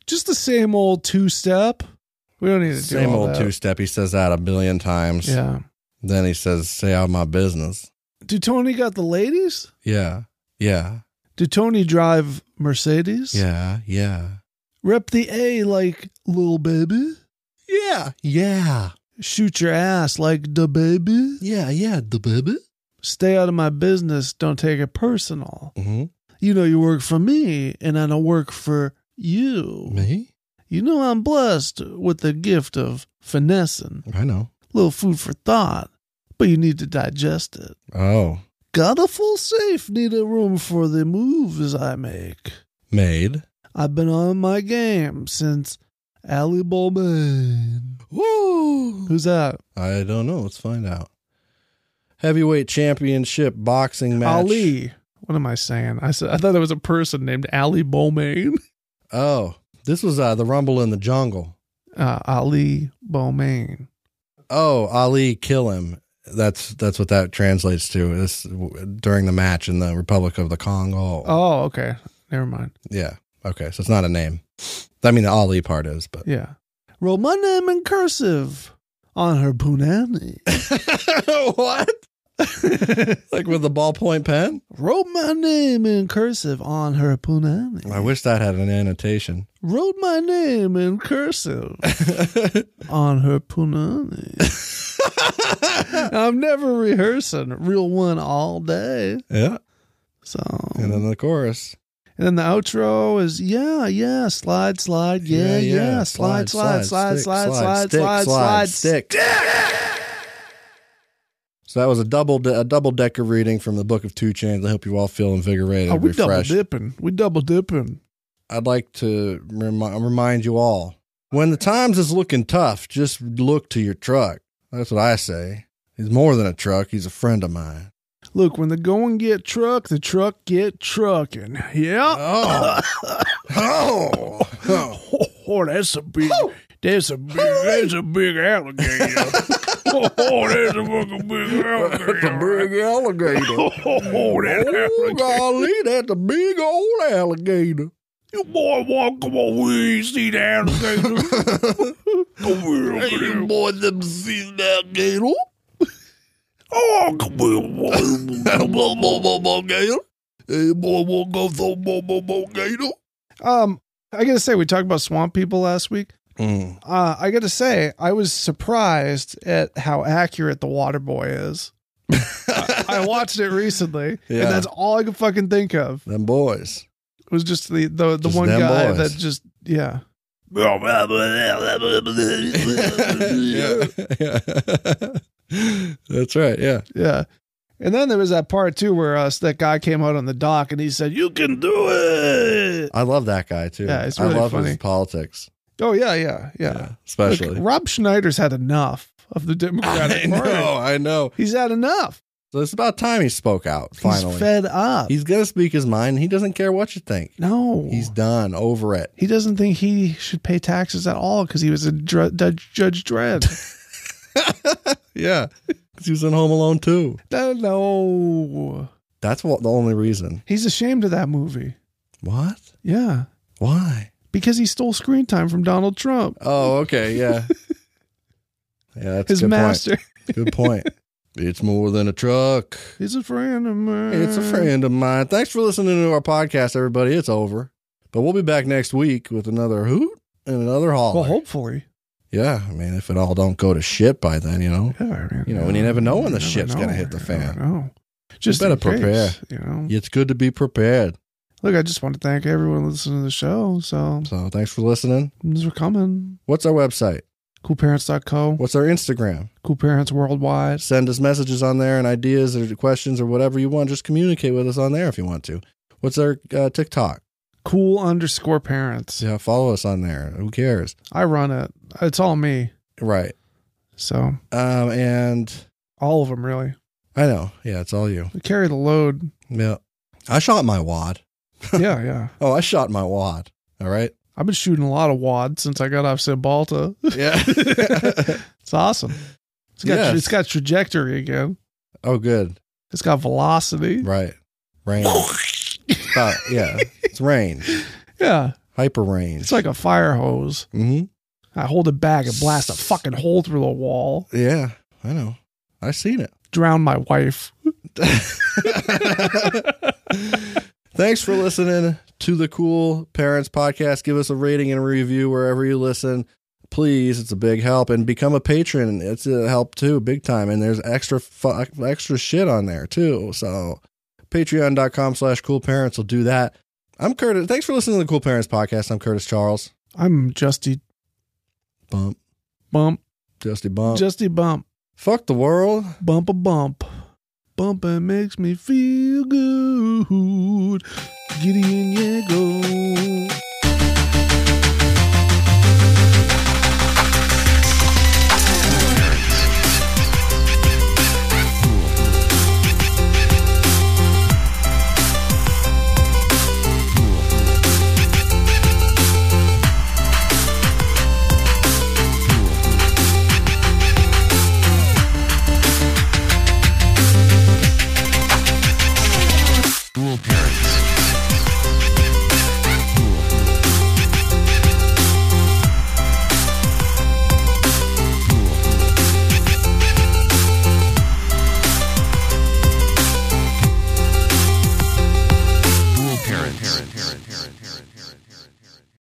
A: Just the same old two step. We don't need to
B: Same
A: do all
B: old
A: that.
B: two step. He says that a billion times.
A: Yeah.
B: Then he says, "Say out my business."
A: Do Tony got the ladies?
B: Yeah. Yeah.
A: Do Tony drive Mercedes?
B: Yeah. Yeah.
A: Rep the A like little baby.
B: Yeah. Yeah.
A: Shoot your ass like the baby.
B: Yeah. Yeah. The baby.
A: Stay out of my business. Don't take it personal.
B: hmm
A: You know you work for me and I don't work for you.
B: Me?
A: You know I'm blessed with the gift of finessing.
B: I know.
A: Little food for thought, but you need to digest it.
B: Oh,
A: Got a full safe, need a room for the moves I make.
B: made.
A: I've been on my game since Ali Bowman.
B: Woo!
A: Who's that?
B: I don't know. Let's find out. Heavyweight championship boxing match.
A: Ali. What am I saying? I said I thought it was a person named Ali Bowman. <laughs>
B: Oh, this was uh, the Rumble in the Jungle.
A: Uh, Ali Bowman.
B: Oh, Ali kill him. That's that's what that translates to. This during the match in the Republic of the Congo.
A: Oh, okay. Never mind.
B: Yeah. Okay. So it's not a name. I mean, the Ali part
A: <laughs>
B: is, but
A: Yeah. Wrote my name in cursive on her punani.
B: what? <laughs> like with the ballpoint pen?
A: Wrote my name in cursive on her punani.
B: I wish that had an annotation. <laughs>
A: Wrote my name in cursive on her punani. I'm never rehearsing. Real one all day.
B: yeah.
A: So
B: And then the chorus.
A: And then the outro is yeah, yeah, slide, slide, yeah, yeah, slide, slide, slide, slide, slide,
B: stick,
A: slide, slide,
B: stick. So that was a double de- a double decker reading from the Book of Two Chains. I hope you all feel invigorated,
A: Oh,
B: and
A: we double
B: refreshed.
A: dipping. We double dipping.
B: I'd like to remi- remind you all: when the times is looking tough, just look to your truck. That's what I say. He's more than a truck; he's a friend of mine.
A: Look, when the going get truck, the truck get trucking. Yeah. <laughs>
B: Oh, oh,
A: Oh, that's a big, that's a big, that's a big
B: <laughs>
A: alligator. oh, that's a fucking big
B: <laughs>
A: alligator.
B: alligator.
A: Oh, that
B: Oh,
A: alligator.
B: golly, that's a big old alligator.
A: You boy, walk, come over here, you see the
B: <laughs>
A: alligator. Come here, come here.
B: boy, them see that gator?
A: Oh, come here, boy.
B: Bo, bo, bo, <laughs> bo, gator? Hey, boy, won't go so bo, bo, bo, gator? uh,
A: Um, I gotta say, we talked about swamp people last week.
B: Mm.
A: Uh, I gotta say, I was surprised at how accurate the water boy is. I
B: <laughs>
A: watched it recently,
B: Yeah.
A: and that's all I could fucking think of. <laughs>
B: Them boys.
A: It was just the the, the
B: Just
A: one
B: them
A: guy
B: boys.
A: that just yeah.
B: yeah. yeah. <laughs> That's right. Yeah.
A: Yeah. And then there was that part too where us that guy came out on the dock and he said, "You can do it."
B: I love that guy too.
A: Yeah, it's
B: I
A: really
B: love
A: funny.
B: his politics.
A: Oh yeah, yeah, yeah. Look,
B: Especially.
A: Rob Schneider's had enough of the <laughs>
B: <laughs> I
A: Democratic Party.
B: know. I know.
A: He's had enough.
B: So it's about time he spoke out finally.
A: He's fed up.
B: He's going to speak his mind. He doesn't care what you think.
A: no,
B: He's done over it.
A: he doesn't think he should pay taxes at all because he was a dr- Judge Judge
B: <laughs>
A: Dredd.
B: Yeah. <laughs> 'Cause he was in Home Alone too.
A: no, no,
B: That's what, the only reason.
A: he's ashamed of that movie.
B: What?
A: Yeah,
B: Why?
A: because he stole screen time from Donald Trump,
B: Oh, okay. Yeah.
A: <laughs>
B: <laughs> yeah. That's
A: his
B: a good
A: master.
B: Point. <laughs> Good point. It's more than a truck.
A: <laughs> He's a friend of mine.
B: It's a friend of mine. Thanks for listening to our podcast, everybody. It's over. But we'll be back next week with another hoot and another haul.
A: Well, hopefully.
B: yeah, I mean, if it all don't go to shit by then, you know.
A: Yeah, I mean,
B: You know, and you never know when the
A: never
B: shit's
A: know.
B: gonna hit the
A: You never
B: fan.
A: know. Just
B: better
A: in case, You
B: prepare.
A: know,
B: It's good to be prepared.
A: look, I just want to thank everyone listening to the show. So
B: So thanks for listening.
A: thanks for coming.
B: What's our website?
A: Coolparents.co.
B: What's our Instagram?
A: Cool Parents Worldwide.
B: Send us messages on there and ideas or questions or whatever you want. Just communicate with us on there if you want to. What's our uh, TikTok?
A: Cool underscore parents.
B: Yeah, follow us on there. Who cares?
A: I run it. It's all me.
B: Right.
A: So
B: Um, and
A: all of them really.
B: I know. Yeah, it's all you.
A: I carry the
B: <laughs>
A: load.
B: Yeah. I shot my wad.
A: yeah, yeah.
B: Oh, I shot my wad. All right.
A: I've been shooting a lot of wad since I got off Cymbalta. <laughs>
B: Yeah. <laughs>
A: it's awesome. It's got
B: Yes.
A: it's got trajectory again.
B: oh, good.
A: It's got velocity.
B: Right. Rain. Uh, yeah. It's rain.
A: Yeah.
B: Hyper rain.
A: It's like a fire hose.
B: hmm
A: I hold it back and blast a fucking hole through the wall.
B: Yeah. I know. I seen it.
A: Drown my wife.
B: Thanks for listening to the Cool Parents Podcast. Give us a rating and a review wherever you listen. Please, it's a big help, and become a patron. It's a help too, big time. And there's extra fu- extra shit on there too. So Patreon.com/slash Cool Parents will do that. I'm Curtis. Thanks for listening to the Cool Parents Podcast. I'm Curtis Charles.
A: I'm Justy
B: Bump,
A: Bump.
B: Justy Bump.
A: Justy Bump.
B: Fuck the world.
A: Bump a bump. Bump and makes me feel good. Gideon Yago.